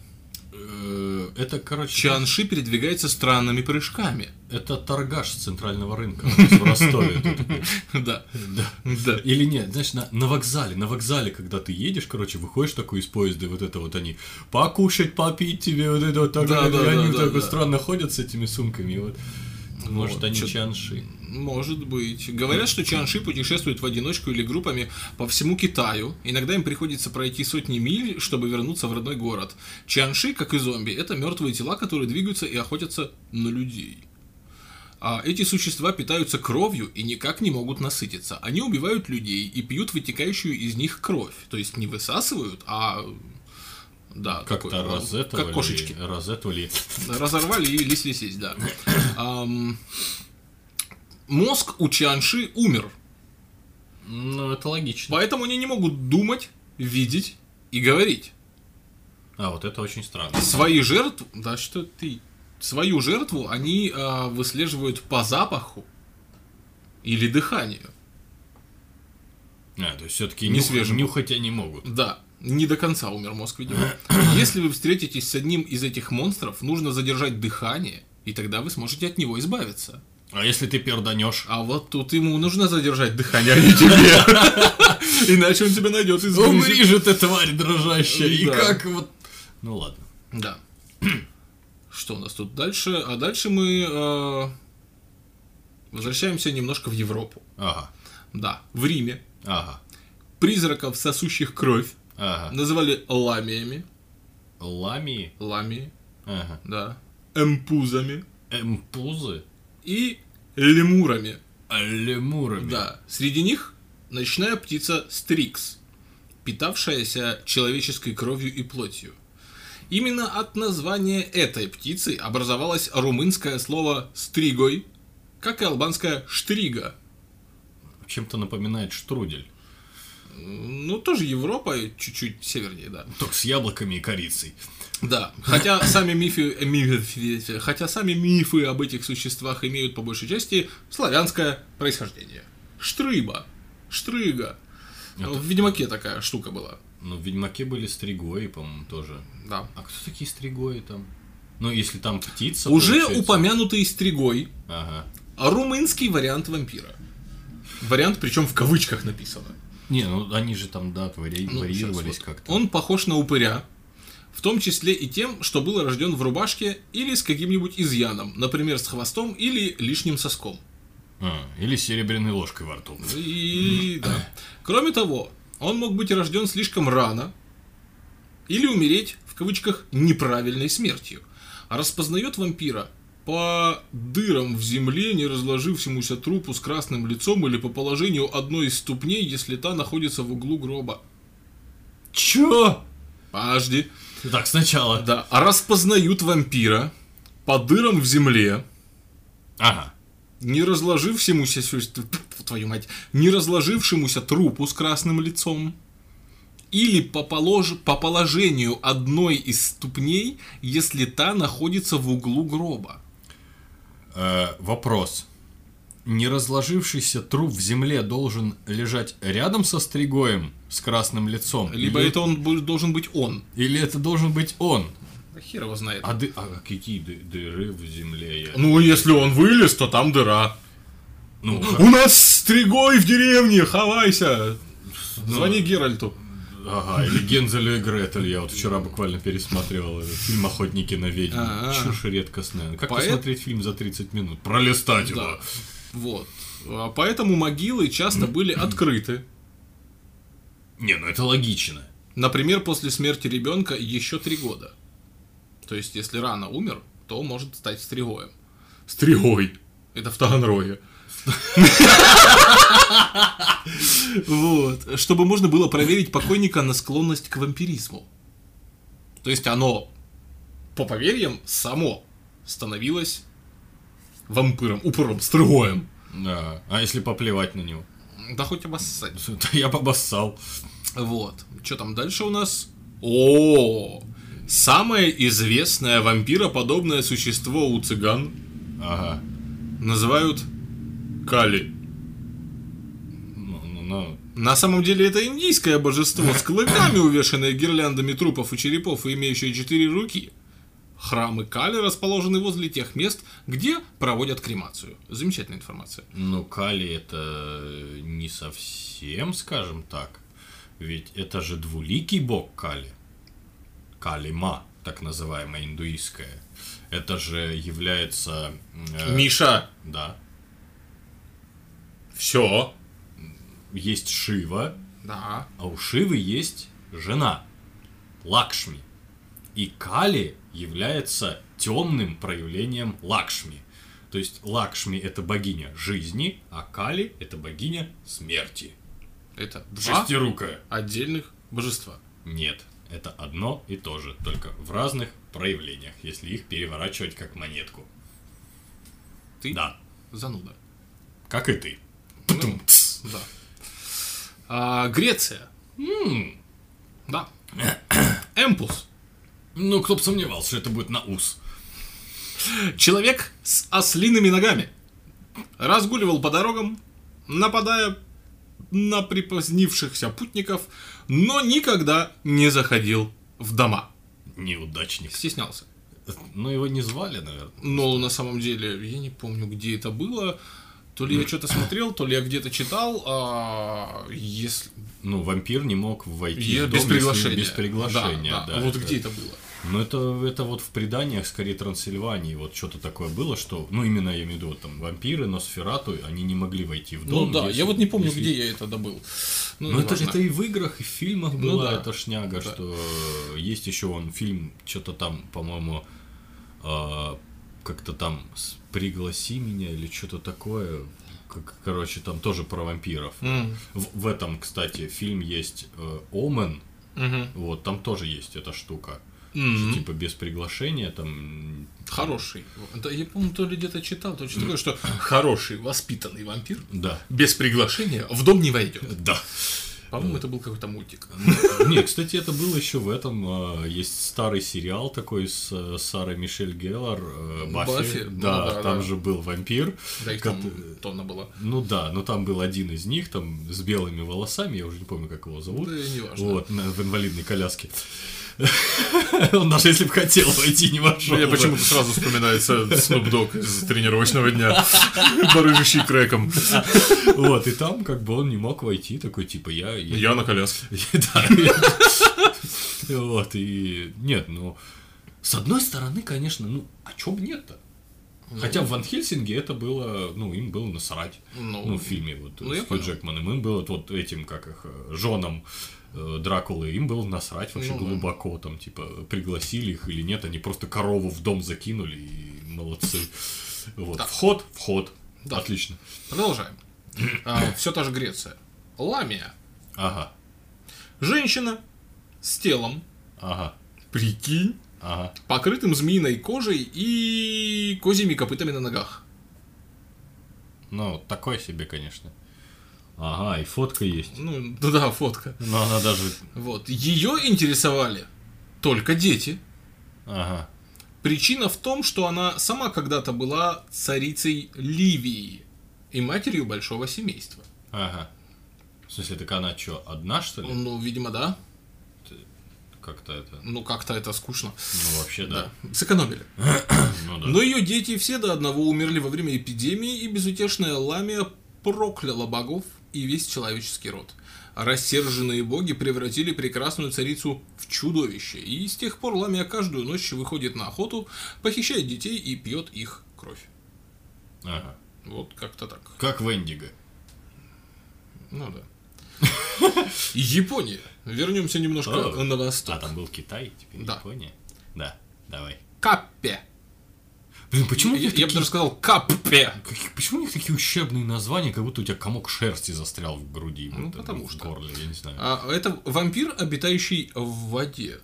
[SPEAKER 2] Э, Это, короче,
[SPEAKER 3] Чианши передвигается странными прыжками. [laughs]
[SPEAKER 2] это торгаш с центрального рынка в Ростове. тут.
[SPEAKER 3] Да.
[SPEAKER 2] Да.
[SPEAKER 3] Да.
[SPEAKER 2] Или нет, знаешь, на, на вокзале, на вокзале, когда ты едешь, короче, выходишь такой из поезда, и вот это вот они покушать, попить тебе, вот это вот так,
[SPEAKER 3] Да,
[SPEAKER 2] и
[SPEAKER 3] да,
[SPEAKER 2] они
[SPEAKER 3] да,
[SPEAKER 2] так
[SPEAKER 3] да,
[SPEAKER 2] вот
[SPEAKER 3] да.
[SPEAKER 2] странно ходят с этими сумками, и вот, может,
[SPEAKER 3] вот,
[SPEAKER 2] они
[SPEAKER 3] чё-
[SPEAKER 2] чанши.
[SPEAKER 3] Может быть. Говорят, что чанши путешествуют в одиночку или группами по всему Китаю. Иногда им приходится пройти сотни миль, чтобы вернуться в родной город. Чанши, как и зомби, это мертвые тела, которые двигаются и охотятся на людей. А эти существа питаются кровью и никак не могут насытиться. Они убивают людей и пьют вытекающую из них кровь. То есть не высасывают, а да, такой,
[SPEAKER 2] Как-то
[SPEAKER 3] а,
[SPEAKER 2] розетовали.
[SPEAKER 3] как кошечки.
[SPEAKER 2] Розетовали.
[SPEAKER 3] Разорвали и лись-лись-лись, да. Ам, мозг у Чанши умер,
[SPEAKER 2] Ну, это логично.
[SPEAKER 3] поэтому они не могут думать, видеть и говорить.
[SPEAKER 2] А, вот это очень странно.
[SPEAKER 3] Свои жертвы, да что ты, свою жертву они а, выслеживают по запаху или дыханию.
[SPEAKER 2] А, то есть все-таки
[SPEAKER 3] Не
[SPEAKER 2] не
[SPEAKER 3] свежим.
[SPEAKER 2] нюхать они могут.
[SPEAKER 3] Да, не до конца умер мозг, видимо. Если вы встретитесь с одним из этих монстров, нужно задержать дыхание, и тогда вы сможете от него избавиться.
[SPEAKER 2] А если ты
[SPEAKER 3] [laughs]
[SPEAKER 2] перданешь?
[SPEAKER 3] А вот тут ему нужно задержать дыхание, а не тебе. Иначе он тебя найдет и
[SPEAKER 2] Умри
[SPEAKER 3] сгрызет.
[SPEAKER 2] же ты, тварь дрожащая, и
[SPEAKER 3] Да.
[SPEAKER 2] как вот... Ну ладно.
[SPEAKER 3] Да. [clears throat] Что у нас тут дальше? А дальше мы э, возвращаемся немножко в Европу.
[SPEAKER 2] Ага,
[SPEAKER 3] Да, в Риме.
[SPEAKER 2] ага,
[SPEAKER 3] Призраков, сосущих кровь,
[SPEAKER 2] ага.
[SPEAKER 3] называли ламиями.
[SPEAKER 2] Ламии,
[SPEAKER 3] Ламии,
[SPEAKER 2] ага.
[SPEAKER 3] да. Эмпузами
[SPEAKER 2] Эмпузы,
[SPEAKER 3] и лемурами.
[SPEAKER 2] а, лемурами.
[SPEAKER 3] Да, среди них ночная птица Стрикс, питавшаяся человеческой кровью и плотью. Именно от названия этой птицы образовалось румынское слово «стригой», как и албанское «штрига».
[SPEAKER 2] Чем-то напоминает штрудель.
[SPEAKER 3] Ну, тоже Европа, и чуть-чуть севернее, да.
[SPEAKER 2] Только с яблоками и корицей.
[SPEAKER 3] Да, хотя сами мифы, э, мифы- хотя сами мифы об этих существах имеют по большей части славянское происхождение. Штрыба, штрига. В Ведьмаке такая штука была.
[SPEAKER 2] Ну, в Ведьмаке были стригои, по-моему, тоже.
[SPEAKER 3] Да.
[SPEAKER 2] А кто такие стригои там? Ну, если там птица...
[SPEAKER 3] Уже
[SPEAKER 2] получается.
[SPEAKER 3] упомянутый стригой,
[SPEAKER 2] Ага.
[SPEAKER 3] а румынский вариант вампира. Вариант, причем в кавычках написано.
[SPEAKER 2] Не, ну они же там, да, вари-
[SPEAKER 3] Ну,
[SPEAKER 2] варьировались
[SPEAKER 3] щас вот.
[SPEAKER 2] как-то.
[SPEAKER 3] Он похож на упыря, в том числе и тем, что был рожден в рубашке или с каким-нибудь изъяном, например, с хвостом или лишним соском.
[SPEAKER 2] А, или серебряной ложкой во рту.
[SPEAKER 3] И да. Кроме того, он мог быть рожден слишком рано или умереть, в кавычках, неправильной смертью. А распознает вампира по дырам в земле, не разложившемуся трупу с красным лицом или по положению одной из ступней, если та находится в углу гроба.
[SPEAKER 2] Чё?
[SPEAKER 3] Пажди.
[SPEAKER 2] Так, сначала.
[SPEAKER 3] Да, а распознают вампира по дырам в земле,
[SPEAKER 2] Ага.
[SPEAKER 3] не разложившемуся, сю- тьфу, твою мать, не разложившемуся трупу с красным лицом, или по, полож- по положению одной из ступней, если та находится в углу гроба.
[SPEAKER 2] Э, вопрос. Не разложившийся труп в земле должен лежать рядом со стригоем с красным лицом?
[SPEAKER 3] Либо
[SPEAKER 2] или,
[SPEAKER 3] это он бу- должен быть он.
[SPEAKER 2] Или это должен быть он?
[SPEAKER 3] Да хер его знает.
[SPEAKER 2] А, ды- а какие ды- дыры в земле? Я...
[SPEAKER 3] Ну, если он вылез, то там дыра.
[SPEAKER 2] Ну,
[SPEAKER 3] У нас стригой в деревне, хавайся! Звони Геральту.
[SPEAKER 2] Ага, или Гензель и Гретель. Я вот вчера буквально пересматривал этот фильм «Охотники на ведьм».
[SPEAKER 3] А-а.
[SPEAKER 2] Чушь редкостная. Ну, Как
[SPEAKER 3] А, Поэт-
[SPEAKER 2] посмотреть фильм за 30 минут? Пролистать его.
[SPEAKER 3] Да. Вот. А Поэтому могилы часто были открыты.
[SPEAKER 2] Не, ну это логично.
[SPEAKER 3] Например, после смерти ребенка еще три года. То есть, если рано умер, то может стать стригоем. Стригой. Это в Таганроге. Вот. Чтобы можно было проверить покойника на склонность к вампиризму. То есть оно, по поверьям, само становилось вампиром, упором, стригоем.
[SPEAKER 2] Да. А если поплевать на него? [laughs]
[SPEAKER 3] Да хоть обоссать.
[SPEAKER 2] Да я побоссал.
[SPEAKER 3] Вот. Что там дальше у нас? О, самое известное вампироподобное существо у цыган
[SPEAKER 2] Ага.
[SPEAKER 3] называют Кали.
[SPEAKER 2] Ну, ну, ну.
[SPEAKER 3] На самом деле это индийское божество с клыками, увешанное гирляндами трупов и черепов и имеющее четыре руки. Храмы Кали расположены возле тех мест, где проводят кремацию. Замечательная информация.
[SPEAKER 2] Ну, Кали это э, не совсем, скажем так. Ведь это же двуликий бог Кали. Калима, так называемая индуистская. Это же является... э,
[SPEAKER 3] Миша,
[SPEAKER 2] Да.
[SPEAKER 3] все.
[SPEAKER 2] Есть Шива,
[SPEAKER 3] Да.
[SPEAKER 2] а у Шивы есть жена. Лакшми. И Кали является темным проявлением Лакшми. То есть Лакшми это богиня жизни, а Кали это богиня смерти.
[SPEAKER 3] Это два
[SPEAKER 2] Шестирукая.
[SPEAKER 3] отдельных божества.
[SPEAKER 2] Нет, это одно и то же, только в разных проявлениях, если их переворачивать как монетку.
[SPEAKER 3] Ты
[SPEAKER 2] Да,
[SPEAKER 3] зануда.
[SPEAKER 2] как и ты. Птум, тс.
[SPEAKER 3] Да. А, Греция.
[SPEAKER 2] М,
[SPEAKER 3] Да. [coughs] Эмпус.
[SPEAKER 2] Ну, кто бы сомневался, что это будет на ус.
[SPEAKER 3] Человек с ослиными ногами. Разгуливал по дорогам, нападая на припозднившихся путников, но никогда не заходил в дома.
[SPEAKER 2] Неудачник.
[SPEAKER 3] Стеснялся.
[SPEAKER 2] Но его не звали, наверное.
[SPEAKER 3] Но на самом деле, я не помню, где это было. То ли я что-то смотрел, то ли я где-то читал. а, если...
[SPEAKER 2] Ну, вампир не мог войти
[SPEAKER 3] я
[SPEAKER 2] в дом,
[SPEAKER 3] без
[SPEAKER 2] если
[SPEAKER 3] приглашения.
[SPEAKER 2] Без приглашения,
[SPEAKER 3] Да,
[SPEAKER 2] да.
[SPEAKER 3] да. вот где это было?
[SPEAKER 2] Ну, это, это вот в преданиях, скорее, Трансильвании, вот что-то такое было, что, ну, именно я имею в виду, вот там, вампиры, носферату, они не могли войти в
[SPEAKER 3] Ну
[SPEAKER 2] дом.
[SPEAKER 3] да,
[SPEAKER 2] если-
[SPEAKER 3] я вот не помню,
[SPEAKER 2] если-
[SPEAKER 3] где я это добыл.
[SPEAKER 2] Ну, это,
[SPEAKER 3] неважно. Ну
[SPEAKER 2] это и в играх, и в фильмах была
[SPEAKER 3] да.
[SPEAKER 2] эта шняга, что э, есть еще он фильм, что-то там, по-моему, э, как-то там с- «Пригласи меня» или что-то такое, Как- короче, там тоже про вампиров.
[SPEAKER 3] М,
[SPEAKER 2] В, в этом, кстати, фильм есть э, «Омен»,
[SPEAKER 3] мгм.
[SPEAKER 2] вот, там тоже есть эта штука,
[SPEAKER 3] Мгм.
[SPEAKER 2] что, типа без приглашения, там... м,
[SPEAKER 3] Хороший. Да я помню, то ли где-то читал, то такое, что хороший, воспитанный вампир
[SPEAKER 2] Да.
[SPEAKER 3] без приглашения в дом не войдет.
[SPEAKER 2] Да.
[SPEAKER 3] По-моему, это был какой-то мультик. Ну,
[SPEAKER 2] Не, кстати, это было еще в этом. э, Есть старый сериал такой с э, Сарой Мишель Геллар. э, Баффи.
[SPEAKER 3] Баффи, ну
[SPEAKER 2] Да,
[SPEAKER 3] да,
[SPEAKER 2] там
[SPEAKER 3] да.
[SPEAKER 2] же был вампир.
[SPEAKER 3] Да их
[SPEAKER 2] Кот-
[SPEAKER 3] там тонна была.
[SPEAKER 2] Ну да, но там был один из них, там с белыми волосами, я уже не помню, как его зовут.
[SPEAKER 3] Да и неважно.
[SPEAKER 2] Вот, на- в инвалидной коляске. [laughs] Он даже если бы хотел войти, не вошел. бы.
[SPEAKER 3] сразу вспоминается Snoop Dogg из тренировочного дня, барыжащий крэком.
[SPEAKER 2] Вот, и там как бы он не мог войти, такой типа я... я-
[SPEAKER 3] на коляске.
[SPEAKER 2] Да. Вот, и... Нет, ну... С одной стороны, конечно, ну, а чё бы нет-то? Хотя в Ван Хельсинге это было, ну, им было насрать.
[SPEAKER 3] Ну,
[SPEAKER 2] Ну, в фильме вот
[SPEAKER 3] ну, я
[SPEAKER 2] с Хью
[SPEAKER 3] понял.
[SPEAKER 2] Джекманом. Им было вот этим, как их, женам э, Дракулы, им было насрать вообще
[SPEAKER 3] Ну, да.
[SPEAKER 2] глубоко, там, типа, пригласили их или нет, они просто корову в дом закинули и молодцы. Вот,
[SPEAKER 3] Да.
[SPEAKER 2] вход, вход.
[SPEAKER 3] Да.
[SPEAKER 2] Отлично.
[SPEAKER 3] Продолжаем. Все та же Греция. Ламия.
[SPEAKER 2] Ага,
[SPEAKER 3] Женщина с телом,
[SPEAKER 2] ага.
[SPEAKER 3] Прикинь.
[SPEAKER 2] Ага.
[SPEAKER 3] Покрытым змеиной кожей и козьими копытами на ногах.
[SPEAKER 2] Ну, такое себе, конечно. Ага, и фотка есть.
[SPEAKER 3] Ну, да, да, фотка.
[SPEAKER 2] Но она даже...
[SPEAKER 3] Вот. Ее интересовали только дети.
[SPEAKER 2] Ага.
[SPEAKER 3] Причина в том, что она сама когда-то была царицей Ливии и матерью большого семейства.
[SPEAKER 2] Ага. В смысле, так она что, одна, что ли?
[SPEAKER 3] Ну, видимо, да.
[SPEAKER 2] Как-то это...
[SPEAKER 3] Ну, как-то это скучно.
[SPEAKER 2] Ну, вообще, да.
[SPEAKER 3] Сэкономили.
[SPEAKER 2] Ну, да.
[SPEAKER 3] Но ее дети все до одного умерли во время эпидемии, и безутешная Ламия прокляла богов и весь человеческий род. Рассерженные боги превратили прекрасную царицу в чудовище, и с тех пор Ламия каждую ночь выходит на охоту, похищает детей и пьет их кровь.
[SPEAKER 2] Ага.
[SPEAKER 3] Вот как-то так.
[SPEAKER 2] Как в Эндиго.
[SPEAKER 3] Ну да.
[SPEAKER 2] [laughs]
[SPEAKER 3] Япония. Вернемся немножко
[SPEAKER 2] О.
[SPEAKER 3] на
[SPEAKER 2] А,
[SPEAKER 3] восток.
[SPEAKER 2] там был Китай, теперь
[SPEAKER 3] Да.
[SPEAKER 2] Япония. Да, давай.
[SPEAKER 3] Каппе.
[SPEAKER 2] Блин, почему, у
[SPEAKER 3] Я,
[SPEAKER 2] них
[SPEAKER 3] я бы
[SPEAKER 2] такие-
[SPEAKER 3] даже сказал Каппе.
[SPEAKER 2] какие- почему у них такие ущербные названия, как будто у тебя комок шерсти застрял в груди?
[SPEAKER 3] Ну,
[SPEAKER 2] будто,
[SPEAKER 3] потому
[SPEAKER 2] в
[SPEAKER 3] что.
[SPEAKER 2] горле, я не знаю.
[SPEAKER 3] А, это вампир, обитающий в воде.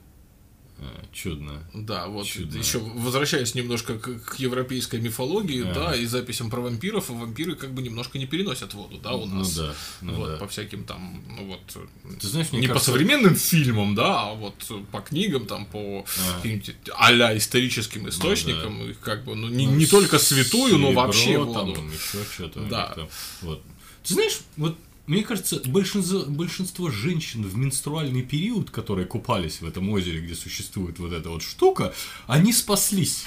[SPEAKER 2] А, Чудно.
[SPEAKER 3] Да, вот
[SPEAKER 2] Чудно.
[SPEAKER 3] еще возвращаясь немножко к, к европейской мифологии,
[SPEAKER 2] Ага.
[SPEAKER 3] да, и записям про вампиров, вампиры как бы немножко не переносят воду, да, у
[SPEAKER 2] Ну
[SPEAKER 3] нас.
[SPEAKER 2] да, ну
[SPEAKER 3] вот,
[SPEAKER 2] да.
[SPEAKER 3] по всяким там, ну вот. э,
[SPEAKER 2] Ты знаешь, мне
[SPEAKER 3] Не по
[SPEAKER 2] кажется,
[SPEAKER 3] современным фильмам, да, а вот э, по книгам, там, по
[SPEAKER 2] Ага.
[SPEAKER 3] каким-то а-ля историческим источникам, и как бы, ну, не,
[SPEAKER 2] Ну,
[SPEAKER 3] не только святую, но
[SPEAKER 2] серебро
[SPEAKER 3] вообще
[SPEAKER 2] там,
[SPEAKER 3] воду.
[SPEAKER 2] еще что-то.
[SPEAKER 3] Да.
[SPEAKER 2] Вот. Ты знаешь, вот мне кажется, большинство, большинство женщин в менструальный период, которые купались в этом озере, где существует вот эта вот штука, они спаслись.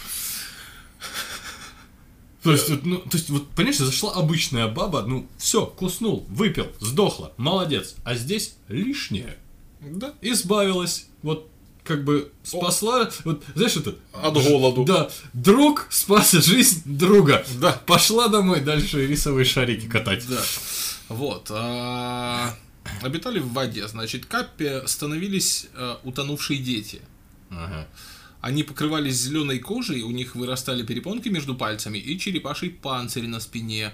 [SPEAKER 2] То есть, вот, ну, то есть, вот, понимаешь, зашла обычная баба, ну, все, куснул, выпил, сдохла, молодец. А здесь лишнее.
[SPEAKER 3] Да.
[SPEAKER 2] Избавилась. Вот, как бы, спасла, вот, знаешь, это...
[SPEAKER 3] От голоду.
[SPEAKER 2] Да, друг спас жизнь друга.
[SPEAKER 3] Да.
[SPEAKER 2] Пошла домой дальше рисовые шарики катать.
[SPEAKER 3] Да. Вот. а, Обитали в воде, значит, каппе становились э, утонувшие дети.
[SPEAKER 2] Ага.
[SPEAKER 3] Они покрывались зеленой кожей, у них вырастали перепонки между пальцами и черепаший панцирь на спине.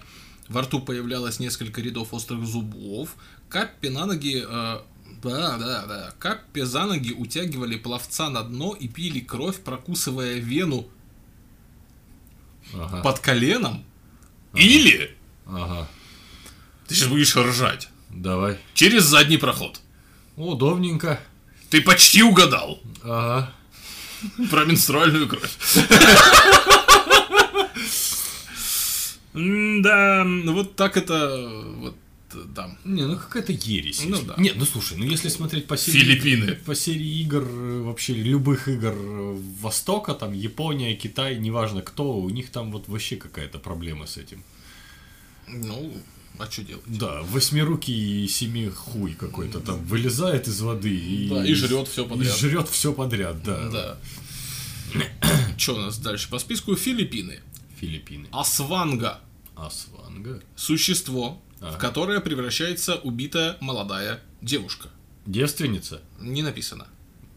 [SPEAKER 3] Во рту появлялось несколько рядов острых зубов. Каппе на ноги... э, да, да, да. Каппе за ноги утягивали пловца на дно и пили кровь, прокусывая вену
[SPEAKER 2] Ага.
[SPEAKER 3] под коленом. Или...
[SPEAKER 2] Ага.
[SPEAKER 3] Ты сейчас будешь ржать.
[SPEAKER 2] Давай.
[SPEAKER 3] Через задний проход.
[SPEAKER 2] Удобненько.
[SPEAKER 3] Ты почти угадал
[SPEAKER 2] Ага.
[SPEAKER 3] про менструальную кровь. Да, вот так это вот э, да.
[SPEAKER 2] Не, ну какая-то ересь.
[SPEAKER 3] Ну
[SPEAKER 2] если-
[SPEAKER 3] да.
[SPEAKER 2] Нет, ну слушай, ну если смотреть по серии...
[SPEAKER 3] Филиппины.
[SPEAKER 2] По серии игр, э, вообще любых игр э, Востока, там Япония, Китай, неважно кто, у них там вот вообще какая-то проблема с этим.
[SPEAKER 3] Ну, а что делать?
[SPEAKER 2] Да, восьмирукий и семи хуй какой-то там вылезает из воды и...
[SPEAKER 3] Да, и жрет всё подряд.
[SPEAKER 2] И жрет все подряд, да.
[SPEAKER 3] Да. Что у нас дальше по списку? Филиппины.
[SPEAKER 2] Филиппины.
[SPEAKER 3] Асванга.
[SPEAKER 2] Асванга.
[SPEAKER 3] Существо, в
[SPEAKER 2] Ага.
[SPEAKER 3] которое превращается убитая молодая девушка.
[SPEAKER 2] Девственница?
[SPEAKER 3] Не написано.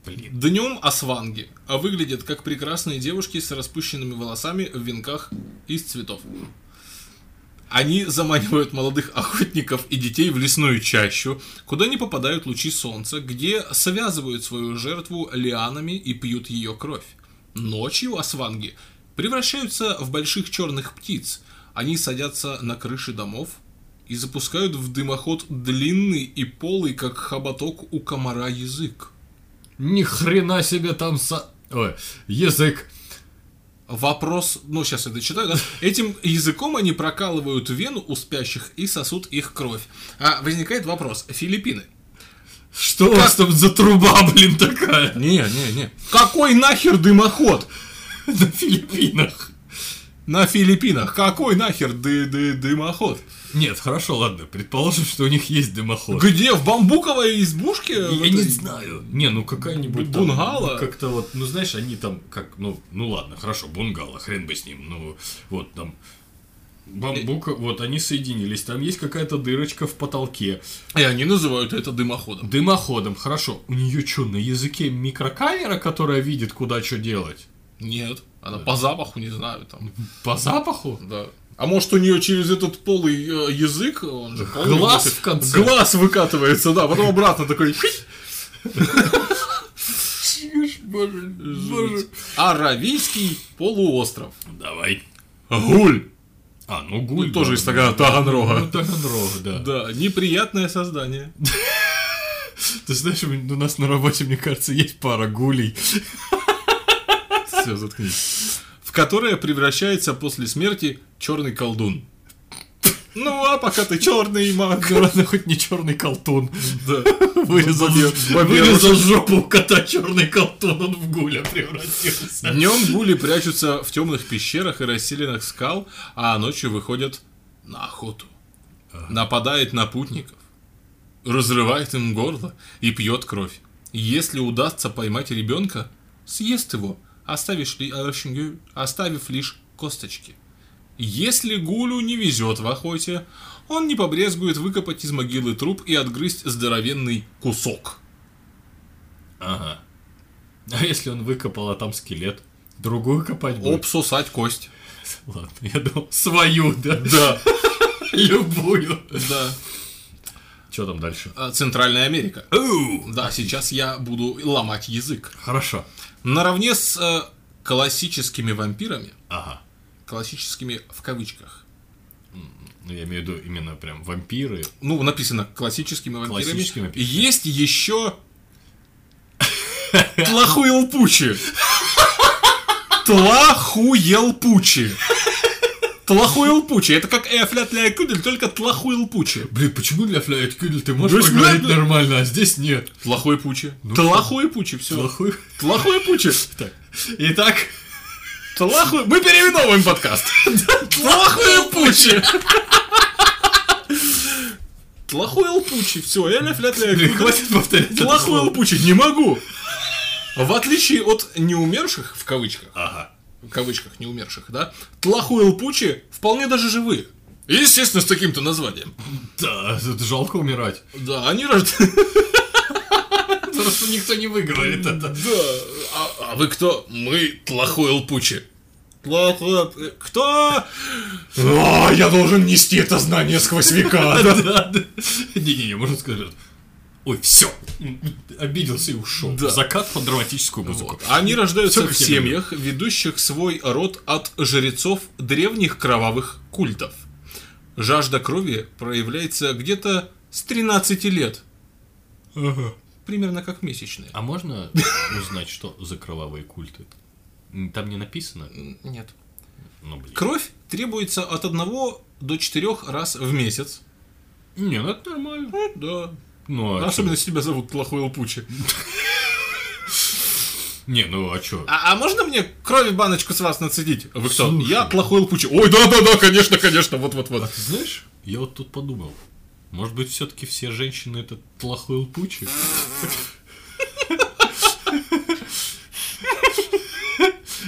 [SPEAKER 2] Блин.
[SPEAKER 3] Днем асванги, а выглядят как прекрасные девушки с распущенными волосами в венках из цветов. Они заманивают молодых охотников и детей в лесную чащу, куда не попадают лучи солнца, где связывают свою жертву лианами и пьют ее кровь. Ночью асванги превращаются в больших черных птиц. Они садятся на крыши домов и запускают в дымоход длинный и полый, как хоботок у комара язык.
[SPEAKER 2] Ни хрена себе там со... Ой, язык.
[SPEAKER 3] Вопрос, ну сейчас я
[SPEAKER 2] [laughs]
[SPEAKER 3] дочитаю, да? Этим языком они прокалывают вену у спящих и сосут их кровь. А возникает вопрос, Филиппины.
[SPEAKER 2] Что у вас там за труба, [laughs] блин, такая?
[SPEAKER 3] Не, не, не. Какой нахер дымоход?
[SPEAKER 2] На Филиппинах.
[SPEAKER 3] На Филиппинах. Какой нахер ды ды дымоход?
[SPEAKER 2] Нет, хорошо, ладно. Предположим, что у них есть дымоход.
[SPEAKER 3] Где? В бамбуковой избушке? Вот
[SPEAKER 2] Я не
[SPEAKER 3] этой?
[SPEAKER 2] знаю. Не, ну какая-нибудь там,
[SPEAKER 3] Бунгало?
[SPEAKER 2] ну, Как-то вот, ну знаешь, они там как, ну, ну ладно, хорошо, бунгало, хрен бы с ним. Ну, вот там бамбука, вот они соединились. Там есть какая-то дырочка в потолке.
[SPEAKER 3] И они называют это дымоходом.
[SPEAKER 2] Дымоходом, хорошо. У нее что, на языке микрокамера, которая видит, куда что делать?
[SPEAKER 3] Нет, она по запаху, не знаю, там.
[SPEAKER 2] По запаху?
[SPEAKER 3] Да. А может у нее через этот полый э, язык, он же полый,
[SPEAKER 2] Глаз
[SPEAKER 3] вот,
[SPEAKER 2] в конце.
[SPEAKER 3] Глаз выкатывается, да, потом обратно такой. «Хи!» Боже, боже. А Аравийский полуостров.
[SPEAKER 2] Давай.
[SPEAKER 3] Гуль.
[SPEAKER 2] А, ну Гуль.
[SPEAKER 3] Тоже
[SPEAKER 2] да,
[SPEAKER 3] из Тага- Таганрога.
[SPEAKER 2] Ну, Таганрог, да.
[SPEAKER 3] Да, неприятное создание.
[SPEAKER 2] Ты знаешь, у у нас на работе, мне кажется, есть пара гулей.
[SPEAKER 3] Все, заткнись. В которое превращается после смерти черный колдун. Ну, а пока ты черный маг.
[SPEAKER 2] Ладно, хоть не черный колтун.
[SPEAKER 3] Да.
[SPEAKER 2] Вырезал,
[SPEAKER 3] Бобер.
[SPEAKER 2] вырезал жопу у кота черный колтун, он в гуля превратился.
[SPEAKER 3] Днем гули прячутся в темных пещерах и расселенных скал, а ночью выходят на охоту. Нападает на путников, разрывает им горло и пьет кровь. Если удастся поймать ребенка, съест его, оставишь ли- э, оставив лишь косточки. Если гулю не везет в охоте, он не побрезгует выкопать из могилы труп и отгрызть здоровенный кусок.
[SPEAKER 2] Ага. А если он выкопал, а там скелет? Другую копать будет?
[SPEAKER 3] Обсосать кость.
[SPEAKER 2] Ладно, я думал, свою, да?
[SPEAKER 3] Да,
[SPEAKER 2] [laughs] Любую.
[SPEAKER 3] да.
[SPEAKER 2] Что там дальше?
[SPEAKER 3] А, Центральная Америка. Да, сейчас я буду ломать язык.
[SPEAKER 2] Хорошо.
[SPEAKER 3] Наравне с э, классическими вампирами,
[SPEAKER 2] Ага.
[SPEAKER 3] классическими в кавычках,
[SPEAKER 2] Ну, я имею в виду именно прям вампиры.
[SPEAKER 3] ну, написано классическими вампирами,
[SPEAKER 2] Классическими вампирами.
[SPEAKER 3] есть [laughs] еще тлахуелпучи. Тлахуелпучи. Тлахуелпучи. Это как «Э, эфлятля кудель, только тлахуелпучи.
[SPEAKER 2] Блин, почему для фляет кюдель ты можешь
[SPEAKER 3] Ну, если
[SPEAKER 2] поговорить
[SPEAKER 3] надо-
[SPEAKER 2] нормально, а здесь нет?
[SPEAKER 3] Плохой пучи. Ну Тлахой пучи, все.
[SPEAKER 2] Плохой.
[SPEAKER 3] Тлахой пучи.
[SPEAKER 2] Итак, [laughs]
[SPEAKER 3] Тлахуй... Мы переименовываем подкаст. Тлахуй пучи. Тлахуй лпучи. Все, я ляф
[SPEAKER 2] блин, хватит повторять это
[SPEAKER 3] Тлахуй
[SPEAKER 2] слово.
[SPEAKER 3] лпучи. Не могу. В отличие от неумерших, в кавычках,
[SPEAKER 2] Ага.
[SPEAKER 3] в кавычках неумерших, да, тлахуй лпучи вполне даже живые. И, Естественно, с таким-то названием.
[SPEAKER 2] Да, это жалко умирать.
[SPEAKER 3] Да, они рождаются.
[SPEAKER 2] Просто никто не выговорит [laughs] это.
[SPEAKER 3] Да. А, а вы кто? Мы тлахуй лпучи. Тлахуй... лп- Кто?
[SPEAKER 2] А, я должен нести это знание сквозь
[SPEAKER 3] [laughs]
[SPEAKER 2] века. Да, да. Не-не-не, можно сказать. Ой, все. Обиделся и ушел.
[SPEAKER 3] Да.
[SPEAKER 2] Закат под драматическую музыку.
[SPEAKER 3] Они
[SPEAKER 2] Всё
[SPEAKER 3] рождаются
[SPEAKER 2] как
[SPEAKER 3] в
[SPEAKER 2] я
[SPEAKER 3] семьях, ведущих свой род от жрецов древних кровавых культов. Жажда крови проявляется где-то с 13 лет, примерно как месячные.
[SPEAKER 2] А можно узнать, что за кровавые культы? М, Там не написано.
[SPEAKER 3] Нет.
[SPEAKER 2] Ну, блин.
[SPEAKER 3] Кровь требуется от 1 до 4 раз в месяц.
[SPEAKER 2] Не, ну это нормально.
[SPEAKER 3] Ну, Да.
[SPEAKER 2] Ну, а
[SPEAKER 3] Особенно если тебя зовут плохой лпучи.
[SPEAKER 2] чё? Не, ну а чё?
[SPEAKER 3] А, а можно мне крови баночку с вас нацедить? Вы кто?
[SPEAKER 2] Слушай.
[SPEAKER 3] Я плохой лпучи. Ой, да-да-да, конечно, конечно, вот-вот-вот.
[SPEAKER 2] А Ты знаешь, я вот тут подумал. Может быть, все таки все женщины это плохой лпучи?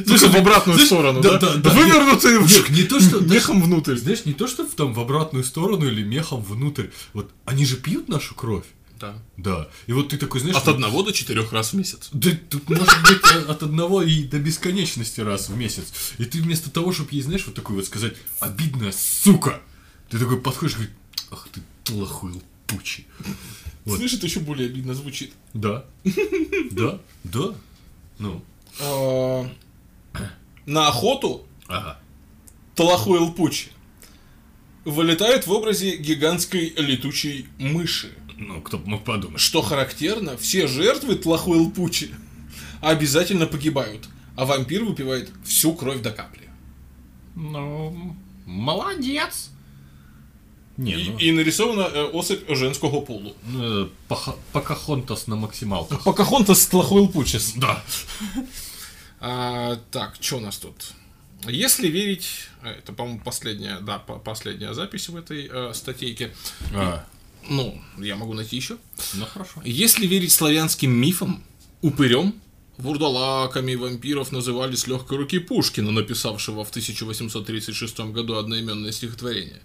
[SPEAKER 3] Слушай, в обратную
[SPEAKER 2] Знаешь,
[SPEAKER 3] сторону, да?
[SPEAKER 2] да, да, да.
[SPEAKER 3] Вывернутые [laughs]
[SPEAKER 2] Нет, не то, что-
[SPEAKER 3] мехом внутрь.
[SPEAKER 2] Знаешь, не то, что в- там в обратную сторону или мехом внутрь. Вот они же пьют нашу кровь.
[SPEAKER 3] Да.
[SPEAKER 2] Да. И вот ты такой, знаешь...
[SPEAKER 3] От
[SPEAKER 2] вот-
[SPEAKER 3] одного до четырех раз в месяц.
[SPEAKER 2] Да тут может быть э, от одного и до бесконечности раз в месяц. И ты вместо того, чтобы ей, знаешь, вот такой вот сказать «обидная сука», ты такой подходишь и говоришь «ах ты плохой лпучий». Вот.
[SPEAKER 3] Слышишь, это еще более обидно звучит.
[SPEAKER 2] Да. Да. Да. Ну.
[SPEAKER 3] [clears throat] На охоту
[SPEAKER 2] Ага.
[SPEAKER 3] Талахуэлпучи вылетает в образе гигантской летучей мыши.
[SPEAKER 2] Ну, кто бы мог подумать.
[SPEAKER 3] Что характерно, все жертвы Талахуэлпучи обязательно погибают, а вампир выпивает всю кровь до капли.
[SPEAKER 2] Ну, молодец. Не,
[SPEAKER 3] И,
[SPEAKER 2] ну,
[SPEAKER 3] и нарисована э, особь женского полу.
[SPEAKER 2] ну, э, Паха- Покахонтас на максималках.
[SPEAKER 3] Покахонтас с Тлахуэлпучис.
[SPEAKER 2] Да.
[SPEAKER 3] А, так, что у нас тут? Если верить, э, это, по-моему, последняя, да, по- последняя запись в этой э, статейке.
[SPEAKER 2] А,
[SPEAKER 3] Ну, я могу найти еще.
[SPEAKER 2] ну, хорошо.
[SPEAKER 3] Если верить славянским мифам, упырем, вурдалаками вампиров называли с легкой руки Пушкина, написавшего в 1836 году одноименное стихотворение.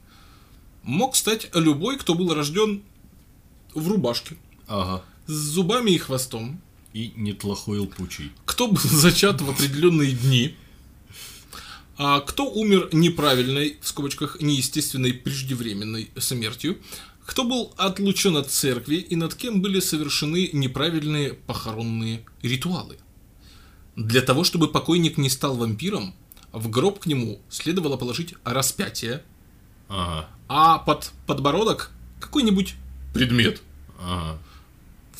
[SPEAKER 3] Мог стать любой, кто был рожден в рубашке,
[SPEAKER 2] Ага.
[SPEAKER 3] с зубами и хвостом,
[SPEAKER 2] И неплохой лпучий.
[SPEAKER 3] кто был [laughs] зачат в определенные дни, а кто умер неправильной, в скобочках, неестественной, преждевременной смертью, кто был отлучен от церкви и над кем были совершены неправильные похоронные ритуалы. Для того, чтобы покойник не стал вампиром, в гроб к нему следовало положить распятие,
[SPEAKER 2] Ага,
[SPEAKER 3] а под подбородок какой-нибудь предмет
[SPEAKER 2] ага.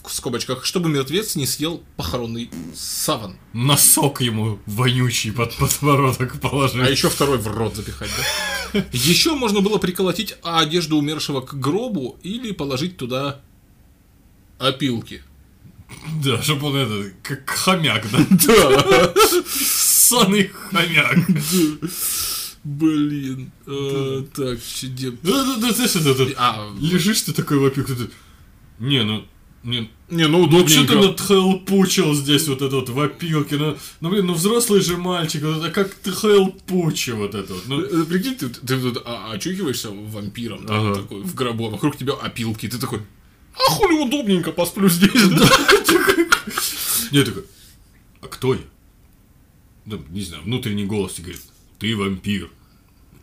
[SPEAKER 3] в скобочках, чтобы мертвец не съел похоронный саван.
[SPEAKER 2] Носок ему вонючий под подбородок положил.
[SPEAKER 3] А еще второй в рот запихать, [laughs] да? Еще можно было приколотить одежду умершего к гробу или положить туда опилки.
[SPEAKER 2] Да, чтобы он это, как хомяк, да?
[SPEAKER 3] [laughs] Да,
[SPEAKER 2] Ссаный хомяк.
[SPEAKER 3] блин. Э, Так, че де-
[SPEAKER 2] Да, да, да, ты что тут
[SPEAKER 3] А,
[SPEAKER 2] лежишь ты такой вопик, ты тут, Не, ну, не,
[SPEAKER 3] не, ну
[SPEAKER 2] Вообще ты
[SPEAKER 3] удобненько.
[SPEAKER 2] надхелпучил здесь вот этот вот вопилки. Ну, ну, блин, ну взрослый же мальчик, вот это как ты хелпучи вот это вот. Ну,
[SPEAKER 3] Э, Прикинь, ты, ты тут а- очухиваешься вампиром, да,
[SPEAKER 2] Ага.
[SPEAKER 3] такой, в гробу, а вокруг тебя опилки, ты такой, а хули удобненько, посплю здесь, да?
[SPEAKER 2] я такой, а кто я? Да, не знаю, внутренний голос тебе говорит, ты вампир.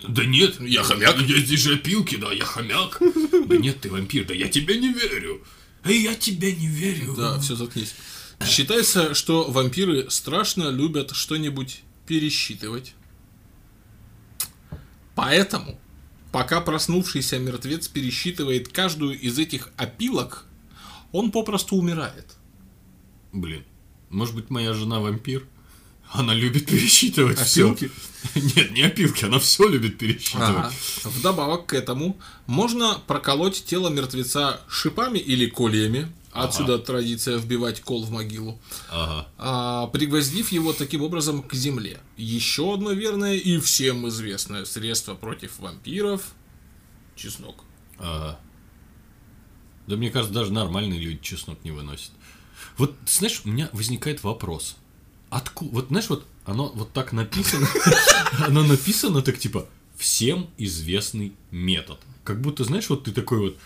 [SPEAKER 2] Да нет,
[SPEAKER 3] Я хомяк.
[SPEAKER 2] Я здесь же опилки, да, я хомяк. Да нет, ты вампир, да я тебе не верю. Эй, я тебе не верю.
[SPEAKER 3] Да, все, заткнись. Считается, что вампиры страшно любят что-нибудь пересчитывать. Поэтому, пока проснувшийся мертвец пересчитывает каждую из этих опилок, он попросту умирает.
[SPEAKER 2] Блин, может быть, моя жена вампир? Она любит пересчитывать
[SPEAKER 3] Опилки?
[SPEAKER 2] все. [laughs] Нет, не опилки, она все любит пересчитывать.
[SPEAKER 3] Вдобавок к этому, можно проколоть тело мертвеца шипами или кольями. Отсюда традиция вбивать кол в могилу.
[SPEAKER 2] Ага.
[SPEAKER 3] а, пригвоздив его таким образом к земле. Еще одно верное и всем известное средство против вампиров – чеснок.
[SPEAKER 2] Ага. Да мне кажется, даже нормальные люди чеснок не выносят. Вот, знаешь, у меня возникает вопрос. Откуда? Вот, знаешь, вот оно вот так написано. [laughs] Оно написано так, типа, всем известный метод. Как будто, знаешь, вот ты такой вот,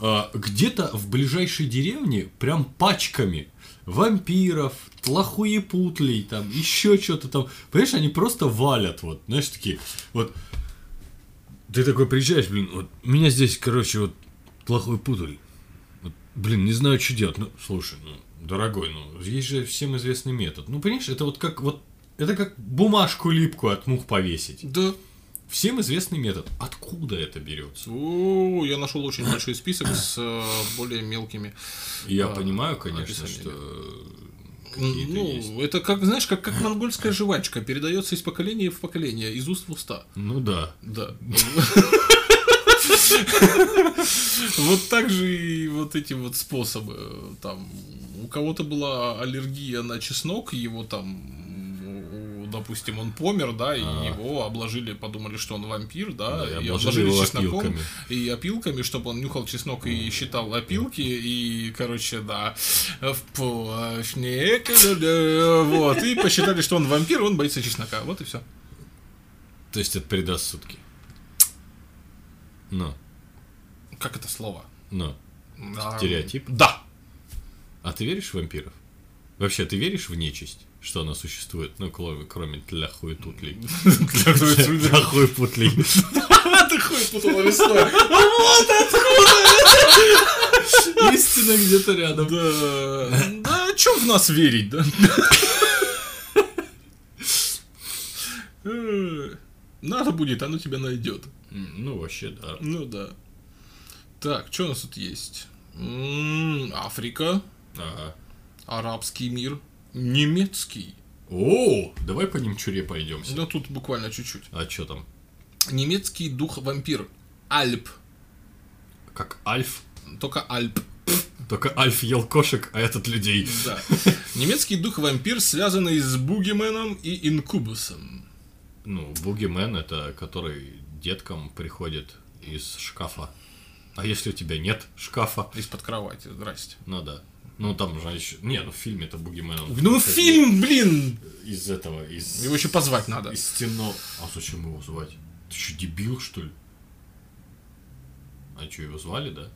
[SPEAKER 2] а, где-то в ближайшей деревне прям пачками вампиров, тлахуепутлей, там, еще что-то там. Понимаешь, они просто валят, вот, знаешь, такие, вот, ты такой приезжаешь, блин, вот у меня здесь, короче, вот плохой пудель. Вот, блин, не знаю, что делать. Ну, слушай, ну, дорогой, ну, есть же всем известный метод. Ну, понимаешь, это вот как вот это как бумажку липку от мух повесить.
[SPEAKER 3] Да.
[SPEAKER 2] Всем известный метод. Откуда это берется?
[SPEAKER 3] О, я нашел
[SPEAKER 2] [coughs]
[SPEAKER 3] очень большой список с э, более мелкими.
[SPEAKER 2] Я
[SPEAKER 3] А,
[SPEAKER 2] понимаю, конечно,
[SPEAKER 3] описание.
[SPEAKER 2] что э, какие-то
[SPEAKER 3] Ну,
[SPEAKER 2] есть.
[SPEAKER 3] это как, знаешь, как, как монгольская жвачка, передается из поколения в поколение, из уст в уста.
[SPEAKER 2] Ну да.
[SPEAKER 3] Да. Вот так же и вот эти вот способы. Там у кого-то была аллергия на чеснок, его там, у- допустим, он помер, да, и
[SPEAKER 2] А.
[SPEAKER 3] его обложили, подумали, что он вампир, да,
[SPEAKER 2] Да, и
[SPEAKER 3] и
[SPEAKER 2] обложили
[SPEAKER 3] обложили
[SPEAKER 2] его
[SPEAKER 3] чесноком
[SPEAKER 2] опилками.
[SPEAKER 3] и опилками, чтобы он нюхал чеснок и считал опилки, и, короче, да, вплошнее, ка-да-да, вот, и посчитали, что он вампир, он боится чеснока, вот и все.
[SPEAKER 2] То есть это предрассудки. Ну,
[SPEAKER 3] Как это слово?
[SPEAKER 2] ну.
[SPEAKER 3] А,
[SPEAKER 2] Стереотип?
[SPEAKER 3] [laughs] Да.
[SPEAKER 2] А ты веришь в вампиров? Вообще, ты веришь в нечисть, что она существует? Ну, кроме, кроме тля хуй тутлей. Тля хуй путлей.
[SPEAKER 3] А ты хуй путала весной.
[SPEAKER 2] Истина где-то рядом.
[SPEAKER 3] Да. Да, чё в нас верить, да? Э, [laughs] Надо будет, оно тебя найдет.
[SPEAKER 2] М, Ну, вообще, да.
[SPEAKER 3] Ну да. Так, что у нас тут есть? М, Африка,
[SPEAKER 2] Ага.
[SPEAKER 3] арабский мир, немецкий.
[SPEAKER 2] О, давай по ним чуре пойдемся.
[SPEAKER 3] Ну тут буквально чуть-чуть.
[SPEAKER 2] А что там?
[SPEAKER 3] Немецкий дух вампир. Альп.
[SPEAKER 2] Как Альф?
[SPEAKER 3] Только Альп.
[SPEAKER 2] Только Альф ел кошек, а этот людей.
[SPEAKER 3] Да. Немецкий дух вампир, связанный с Бугименом и Инкубусом.
[SPEAKER 2] Ну, Бугимен это который деткам приходит из шкафа. А если у тебя нет шкафа?
[SPEAKER 3] Из-под кровати, здрасте.
[SPEAKER 2] Ну да. Ну там же еще... Не, ну в фильме это Бугимен. он
[SPEAKER 3] Ну
[SPEAKER 2] приходит
[SPEAKER 3] фильм, блин!
[SPEAKER 2] Из этого, из...
[SPEAKER 3] Его еще позвать надо.
[SPEAKER 2] Из темно. А зачем его звать? Ты что, дебил, что ли? А что, его звали, да?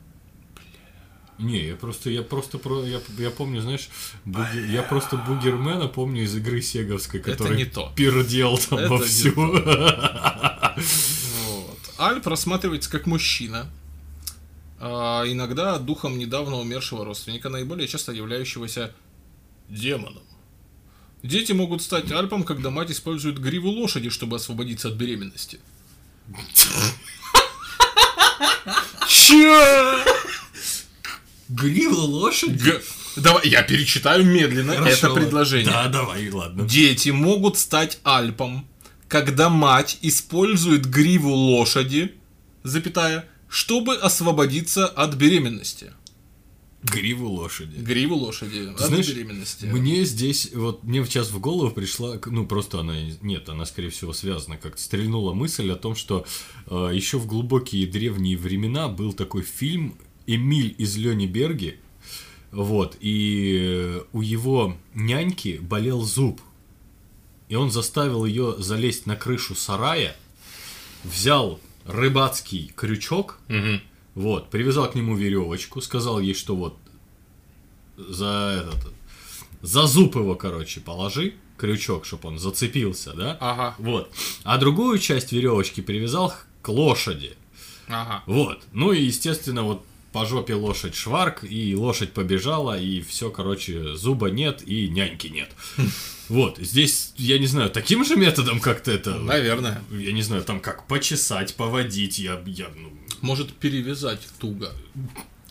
[SPEAKER 2] Не, я просто, я просто про, я, я помню, знаешь, буги- я просто Бугермена помню из игры Сеговской,
[SPEAKER 3] Это
[SPEAKER 2] который
[SPEAKER 3] не то.
[SPEAKER 2] пердел там
[SPEAKER 3] Это не
[SPEAKER 2] вовсю. [laughs]
[SPEAKER 3] Вот. Альп рассматривается как мужчина, а иногда духом недавно умершего родственника, наиболее часто являющегося демоном. Дети могут стать альпом, когда мать использует гриву лошади, чтобы освободиться от беременности.
[SPEAKER 2] Че? Грила лошади?
[SPEAKER 3] Г- Давай, я перечитаю медленно это
[SPEAKER 2] ладно.
[SPEAKER 3] предложение.
[SPEAKER 2] Да, давай, ладно.
[SPEAKER 3] Дети могут стать альпом, когда мать использует гриву лошади, запятая, чтобы освободиться от беременности.
[SPEAKER 2] Гриву лошади.
[SPEAKER 3] Гриву лошади от
[SPEAKER 2] знаешь,
[SPEAKER 3] беременности.
[SPEAKER 2] Мне здесь, вот мне сейчас в голову пришла, ну просто она, нет, она скорее всего связана, как-то стрельнула мысль о том, что еще в глубокие древние времена был такой фильм «Эмиль из Лени Берги», вот, и э, у его няньки болел зуб, и он заставил ее залезть на крышу сарая, взял рыбацкий крючок, вот, привязал к нему веревочку, сказал ей, что вот за этот за зуб его, короче, положи крючок, чтобы он зацепился, да?
[SPEAKER 3] Ага,
[SPEAKER 2] Вот. А другую часть веревочки привязал к лошади.
[SPEAKER 3] ага.
[SPEAKER 2] Вот. Ну и, естественно, вот по жопе лошадь шварк, и лошадь побежала, и все, короче, зуба нет, и няньки нет. Вот, здесь, я не знаю, таким же методом как-то это...
[SPEAKER 3] Наверное.
[SPEAKER 2] Я не знаю, там как почесать, поводить, я... я ну,
[SPEAKER 3] Может перевязать туго.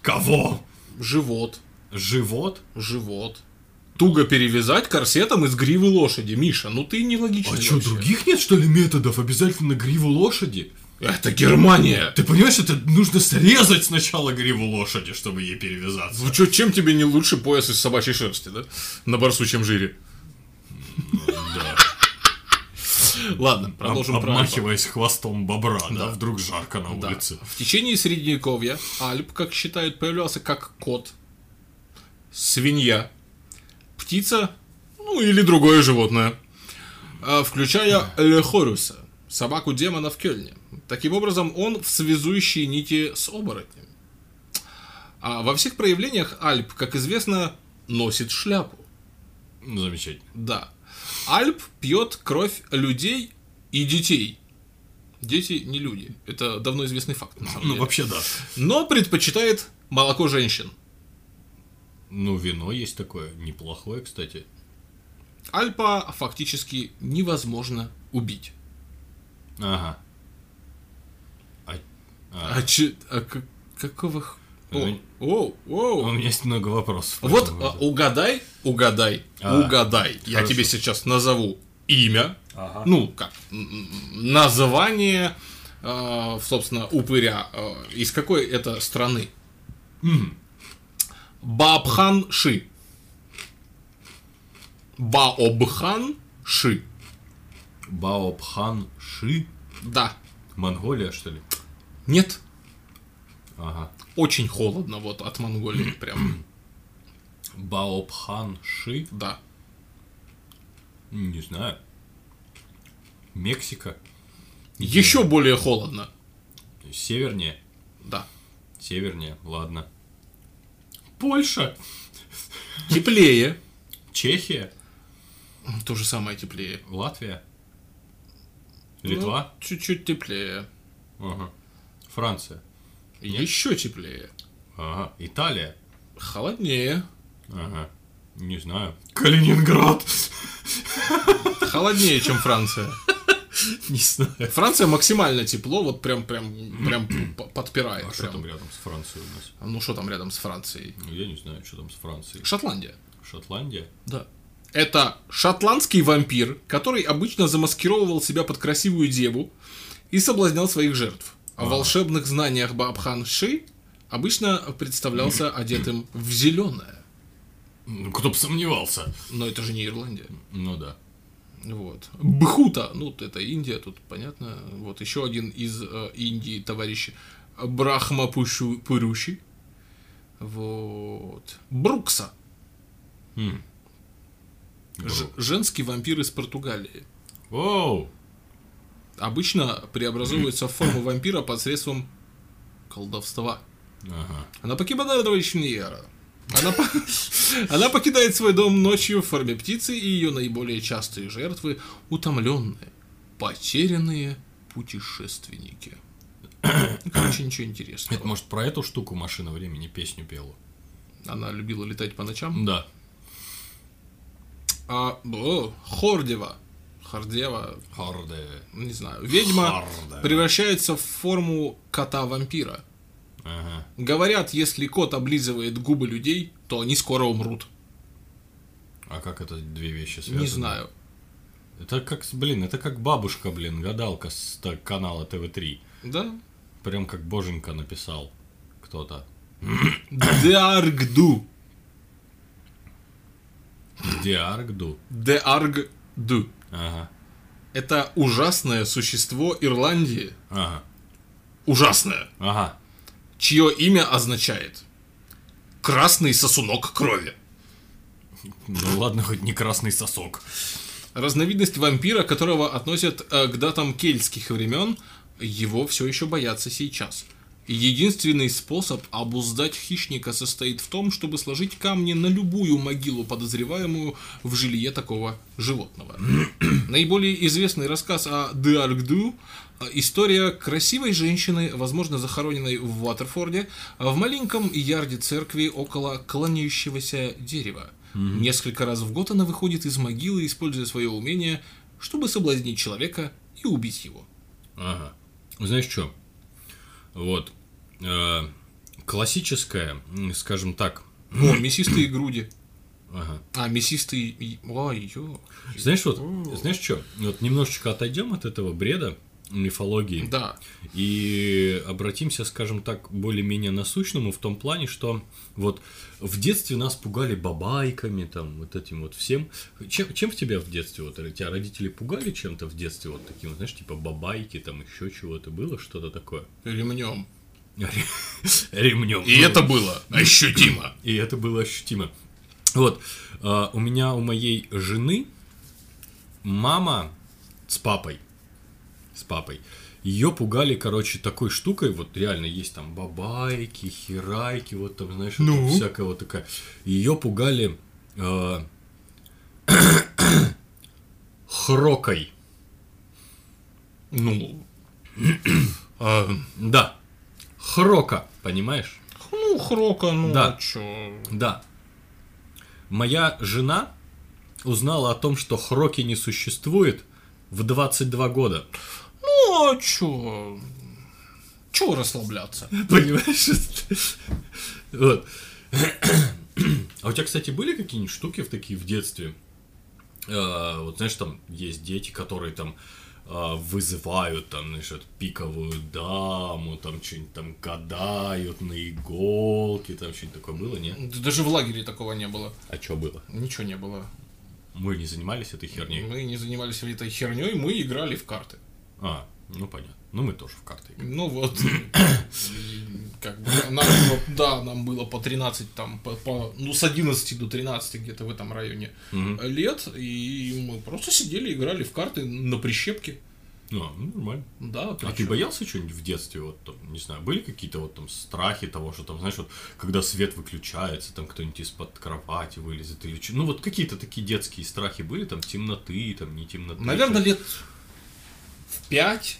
[SPEAKER 2] кого?
[SPEAKER 3] Живот.
[SPEAKER 2] Живот?
[SPEAKER 3] Живот. Туго перевязать корсетом из гривы лошади. Миша, ну ты нелогичный.
[SPEAKER 2] А что,
[SPEAKER 3] вообще.
[SPEAKER 2] других нет, что ли, методов? Обязательно гриву лошади?
[SPEAKER 3] Это Германия.
[SPEAKER 2] Ты понимаешь, это нужно срезать сначала гриву лошади, чтобы ей перевязаться.
[SPEAKER 3] Ну чё, чем тебе не лучше пояс из собачьей шерсти, да? На барсучьем жире. [laughs] Ладно, продолжим
[SPEAKER 2] Об-
[SPEAKER 3] про Альпы.
[SPEAKER 2] обмахиваясь хвостом бобра, да. вдруг жарко на
[SPEAKER 3] Да.
[SPEAKER 2] улице.
[SPEAKER 3] В течение средневековья Альп, как считают, появлялся как кот, свинья, птица, ну или другое животное, а, включая Лехоруса, собаку демона в Кельне. Таким образом, он в связующей нити с оборотнем. А во всех проявлениях Альп, как известно, носит шляпу.
[SPEAKER 2] Ну, Замечательно.
[SPEAKER 3] Да. Альп пьет кровь людей и детей. Дети не люди. Это давно известный факт. на самом
[SPEAKER 2] Ну,
[SPEAKER 3] деле.
[SPEAKER 2] вообще, да.
[SPEAKER 3] Но предпочитает молоко женщин.
[SPEAKER 2] Ну, вино есть такое, неплохое, кстати.
[SPEAKER 3] Альпа фактически невозможно убить.
[SPEAKER 2] Ага. А- а,
[SPEAKER 3] А, че, а к- какого... х- О,
[SPEAKER 2] Ну,
[SPEAKER 3] о,
[SPEAKER 2] У
[SPEAKER 3] о.
[SPEAKER 2] меня есть много вопросов. по
[SPEAKER 3] Вот
[SPEAKER 2] этому
[SPEAKER 3] а,
[SPEAKER 2] поводу.
[SPEAKER 3] угадай, угадай,
[SPEAKER 2] А,
[SPEAKER 3] угадай. Я
[SPEAKER 2] хорошо.
[SPEAKER 3] тебе сейчас назову имя,
[SPEAKER 2] Ага.
[SPEAKER 3] ну как, м, м, название, э, собственно, упыря. э, из какой это страны?
[SPEAKER 2] Мгм.
[SPEAKER 3] Бабхан Ши. Баобхан Ши.
[SPEAKER 2] Баобхан Ши.
[SPEAKER 3] Да.
[SPEAKER 2] Монголия, что ли?
[SPEAKER 3] Нет.
[SPEAKER 2] Ага.
[SPEAKER 3] Очень холодно вот
[SPEAKER 2] [clears throat]
[SPEAKER 3] от Монголии прям.
[SPEAKER 2] Баобхан Ши.
[SPEAKER 3] Да.
[SPEAKER 2] Не знаю. Мексика.
[SPEAKER 3] Еще более холодно.
[SPEAKER 2] Севернее.
[SPEAKER 3] Да.
[SPEAKER 2] Севернее, ладно. Польша.
[SPEAKER 3] Теплее.
[SPEAKER 2] Чехия.
[SPEAKER 3] То же самое теплее.
[SPEAKER 2] Латвия. Литва.
[SPEAKER 3] Ну, чуть-чуть теплее.
[SPEAKER 2] Ага. Франция.
[SPEAKER 3] Еще теплее.
[SPEAKER 2] Ага. Италия.
[SPEAKER 3] Холоднее.
[SPEAKER 2] Ага. Не знаю. Калининград. [laughs]
[SPEAKER 3] Холоднее, чем Франция.
[SPEAKER 2] Не знаю.
[SPEAKER 3] Франция максимально тепло, вот прям прям
[SPEAKER 2] [clears throat]
[SPEAKER 3] прям п- подпирает.
[SPEAKER 2] А что
[SPEAKER 3] прям.
[SPEAKER 2] там рядом с Францией у нас?
[SPEAKER 3] Ну что там рядом с Францией?
[SPEAKER 2] Ну, я не знаю, что там с Францией.
[SPEAKER 3] Шотландия.
[SPEAKER 2] Шотландия?
[SPEAKER 3] Да. Это шотландский вампир, который обычно замаскировывал себя под красивую деву и соблазнял своих жертв. О волшебных знаниях Баабхан Ши обычно представлялся одетым в зеленое.
[SPEAKER 2] Ну, кто бы сомневался.
[SPEAKER 3] Но это же не Ирландия.
[SPEAKER 2] Ну да.
[SPEAKER 3] Вот. Бхута, ну вот это Индия, тут понятно. Вот еще один из э, Индии товарищ Брахма Пушу- Пуруши. Вот. Брукса.
[SPEAKER 2] М.
[SPEAKER 3] Ж- женский вампир из Португалии.
[SPEAKER 2] Оу.
[SPEAKER 3] обычно преобразуется в форму вампира посредством колдовства.
[SPEAKER 2] Ага.
[SPEAKER 3] Она покидает Ройчниера. Она, по- [laughs] она покидает свой дом ночью в форме птицы, и ее наиболее частые жертвы – утомленные, потерянные путешественники. [coughs] Ну, Короче, ничего
[SPEAKER 2] Это,
[SPEAKER 3] интересного.
[SPEAKER 2] может, про эту штуку «Машина времени» песню пела?
[SPEAKER 3] Она любила летать по ночам.
[SPEAKER 2] Да.
[SPEAKER 3] А, б- Хордева. Хордева.
[SPEAKER 2] Харды.
[SPEAKER 3] Не знаю. Ведьма
[SPEAKER 2] Хордева.
[SPEAKER 3] превращается в форму кота-вампира.
[SPEAKER 2] Ага.
[SPEAKER 3] Говорят, если кот облизывает губы людей, то они скоро умрут.
[SPEAKER 2] А как это две вещи связаны?
[SPEAKER 3] Не знаю.
[SPEAKER 2] Это как, с- блин, это как бабушка, блин, гадалка с та- канала ТВ-3.
[SPEAKER 3] Да?
[SPEAKER 2] Прям как боженька написал кто-то.
[SPEAKER 3] Деаргду.
[SPEAKER 2] Диаргду.
[SPEAKER 3] Деаргду.
[SPEAKER 2] Ага.
[SPEAKER 3] Это ужасное существо Ирландии.
[SPEAKER 2] Ага.
[SPEAKER 3] Ужасное.
[SPEAKER 2] Ага.
[SPEAKER 3] Чье имя означает «красный сосунок крови».
[SPEAKER 2] Ну ладно, хоть не красный сосок.
[SPEAKER 3] Разновидность вампира, которого относят э, к датам кельтских времен, его все еще боятся сейчас. Единственный способ обуздать хищника состоит в том, чтобы сложить камни на любую могилу, подозреваемую в жилье такого животного. Наиболее известный рассказ о Деаркду – история красивой женщины, возможно, захороненной в Уатерфорде, в маленьком ярде церкви около клоняющегося дерева. Несколько раз в год она выходит из могилы, используя свое умение, чтобы соблазнить человека и убить его.
[SPEAKER 2] Ага. Ну, Знаешь что? Вот. Э, Классическая, м, скажем так.
[SPEAKER 3] О, мясистые груди.
[SPEAKER 2] Ага.
[SPEAKER 3] А, мясистые... и- Ой, ё.
[SPEAKER 2] Знаешь, вот, знаешь что? Вот немножечко отойдем от этого бреда мифологии
[SPEAKER 3] Да.
[SPEAKER 2] и обратимся, скажем так, более-менее насущному в том плане, что вот в детстве нас пугали бабайками, там, вот этим вот всем. Чем, чем в тебя в детстве, вот, или тебя родители пугали чем-то в детстве, вот таким, знаешь, типа бабайки, там, еще чего-то, было что-то такое? [laughs]
[SPEAKER 3] Ремнем.
[SPEAKER 2] Ремнем.
[SPEAKER 3] И это было А ощутимо.
[SPEAKER 2] И это было ощутимо. Вот, э, у меня, у моей жены, мама с папой, с папой, ее пугали, короче, такой штукой, вот реально есть там бабайки, херайки, вот там, знаешь, вот
[SPEAKER 3] Ну?
[SPEAKER 2] там всякая вот такая. Ее пугали э, [coughs] хрокой.
[SPEAKER 3] Ну... а,
[SPEAKER 2] Да, хрока, понимаешь?
[SPEAKER 3] Ну, хрока, ну,
[SPEAKER 2] Да.
[SPEAKER 3] чё.
[SPEAKER 2] Да. Моя жена узнала о том, что Хроки не существует в 22 года.
[SPEAKER 3] Ну, а чё? Чё расслабляться?
[SPEAKER 2] Понимаешь? Вот. А у тебя, кстати, были какие-нибудь штуки в такие в детстве? Э, Вот знаешь, там есть дети, которые там э, вызывают там, знаешь, вот, пиковую даму, там что-нибудь там гадают на иголке, там что-нибудь такое было, не?
[SPEAKER 3] Да Даже в лагере такого не было.
[SPEAKER 2] А что было?
[SPEAKER 3] Ничего не было.
[SPEAKER 2] Мы не занимались этой херней.
[SPEAKER 3] Мы не занимались этой херней, мы играли в карты.
[SPEAKER 2] А, ну понятно. Ну мы тоже в карты играем. [coughs]
[SPEAKER 3] Ну вот. И Как бы, нам было- да, нам было по 13, там, по, по- ну, с 11 до 13 где-то в этом районе
[SPEAKER 2] Мгм.
[SPEAKER 3] лет, и мы просто сидели, играли в карты на прищепке.
[SPEAKER 2] А, ну нормально.
[SPEAKER 3] Да,
[SPEAKER 2] А ты
[SPEAKER 3] причём-
[SPEAKER 2] боялся что-нибудь в детстве, вот там, не знаю, были какие-то вот там страхи того, что там, знаешь, вот когда свет выключается, там кто-нибудь из-под кровати вылезет или что? Ну вот какие-то такие детские страхи были, там темноты, там не темноты.
[SPEAKER 3] Наверное, лет в 5.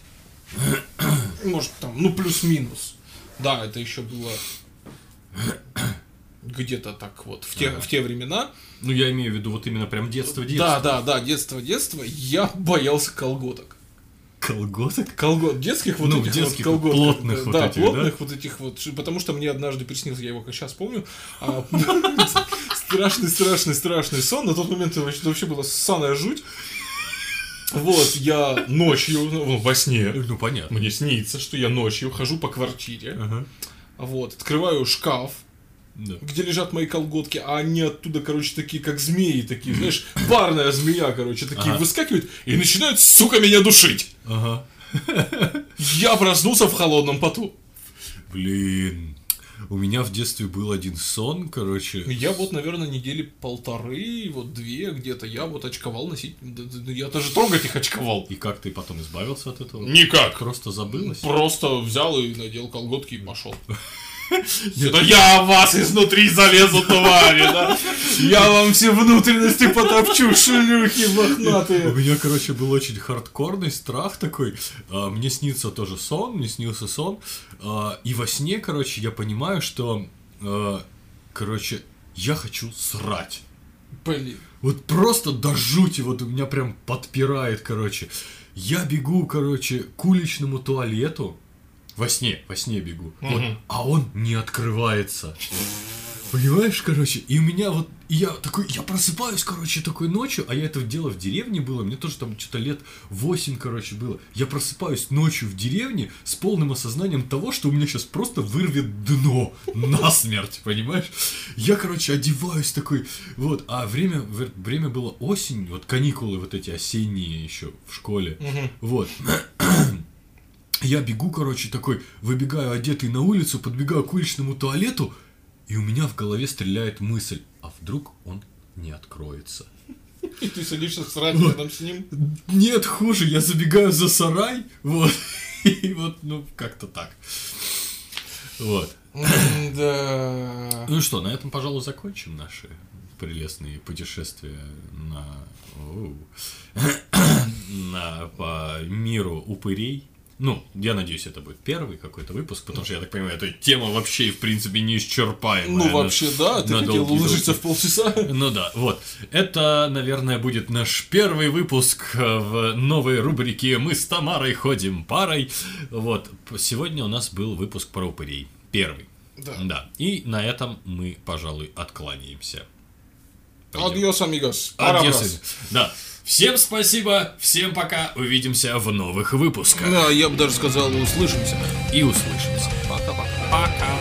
[SPEAKER 3] [coughs] Может, там, ну, плюс-минус. Да, это еще было где-то так вот, в те,
[SPEAKER 2] Ага.
[SPEAKER 3] в те времена.
[SPEAKER 2] Ну я имею в виду вот именно прям детство, детство.
[SPEAKER 3] Да, да, да, детство, детство. Я боялся колготок.
[SPEAKER 2] Колготок?
[SPEAKER 3] Колгот детских вот
[SPEAKER 2] Ну,
[SPEAKER 3] этих
[SPEAKER 2] детских
[SPEAKER 3] вот колготок.
[SPEAKER 2] плотных вот
[SPEAKER 3] да,
[SPEAKER 2] этих, да?
[SPEAKER 3] плотных вот этих вот. ш- Потому что мне однажды приснился, я его как сейчас помню, а, [laughs] страшный, страшный, страшный сон. На тот момент это вообще- это вообще была ссаная жуть. Вот, я ночью, ну, во сне,
[SPEAKER 2] Ну понятно.
[SPEAKER 3] Мне снится, что я ночью хожу по квартире,
[SPEAKER 2] Ага.
[SPEAKER 3] вот, открываю шкаф,
[SPEAKER 2] Да.
[SPEAKER 3] где лежат мои колготки, а они оттуда, короче, такие, как змеи такие, знаешь, парная змея, короче, такие
[SPEAKER 2] Ага.
[SPEAKER 3] выскакивают и начинают, сука, меня душить.
[SPEAKER 2] Ага.
[SPEAKER 3] Я проснулся в холодном поту.
[SPEAKER 2] Блин. У меня в детстве был один сон, короче.
[SPEAKER 3] Я вот, наверное, недели полторы, вот две где-то, я вот очковал носить, да- да- да я даже трогать их очковал.
[SPEAKER 2] И как ты потом избавился от этого?
[SPEAKER 3] Никак.
[SPEAKER 2] Просто забылось?
[SPEAKER 3] Ну, Просто взял и надел колготки и [laughs] пошел. Это я вас изнутри залезу, твари, да? Я вам все внутренности потопчу, шлюхи
[SPEAKER 2] У
[SPEAKER 3] мохнатые.
[SPEAKER 2] меня, короче, был очень хардкорный страх такой. А, Мне снится тоже сон, мне снился сон. А, И во сне, а, короче, я понимаю, что, э, короче, я хочу срать.
[SPEAKER 3] Блин.
[SPEAKER 2] Вот просто до жути, вот у меня прям подпирает, короче. Я бегу, короче, к уличному туалету. Во сне, во сне бегу. Вот, а он не открывается. Понимаешь, короче, и у меня вот, и я такой, я просыпаюсь, короче, такой ночью, а я это дело в деревне было, мне тоже там что-то лет 8, короче, было. Я просыпаюсь ночью в деревне с полным осознанием того, что у меня сейчас просто вырвет дно [laughs] насмерть, понимаешь? Я, короче, одеваюсь такой, вот, а время, вр- время было осень, вот каникулы вот эти осенние еще в школе, вот. [clears throat] Я бегу, короче, такой, выбегаю одетый на улицу, подбегаю к уличному туалету, и у меня в голове стреляет мысль, а вдруг он не откроется.
[SPEAKER 3] И ты садишься срать рядом с ним.
[SPEAKER 2] Нет, хуже, я забегаю за сарай, вот, [laughs] и вот, ну, как-то так. Вот.
[SPEAKER 3] Да.
[SPEAKER 2] Ну что, на этом, пожалуй, закончим наши прелестные путешествия на, оу, [coughs] на по миру упырей. Ну, я надеюсь, это будет первый какой-то выпуск, потому что, я так понимаю, эта тема вообще, в принципе, неисчерпаемая.
[SPEAKER 3] Ну
[SPEAKER 2] Она-
[SPEAKER 3] вообще да, ты
[SPEAKER 2] на
[SPEAKER 3] хотел
[SPEAKER 2] долгие-
[SPEAKER 3] уложиться в полчаса.
[SPEAKER 2] Ну да, вот. Это, наверное, будет наш первый выпуск э, в новой рубрике «Мы с Тамарой ходим парой». Вот. П- Сегодня у нас был выпуск про упырей. Первый.
[SPEAKER 3] Да.
[SPEAKER 2] Да. И на этом мы, пожалуй, откланяемся. Пойдём.
[SPEAKER 3] Адьос, амигос.
[SPEAKER 2] Адьос.
[SPEAKER 3] Парабрас.
[SPEAKER 2] Да. Всем спасибо, всем пока, увидимся в новых выпусках.
[SPEAKER 3] Да, я бы даже сказал, услышимся.
[SPEAKER 2] И услышимся.
[SPEAKER 3] Пока-пока.
[SPEAKER 2] Пока.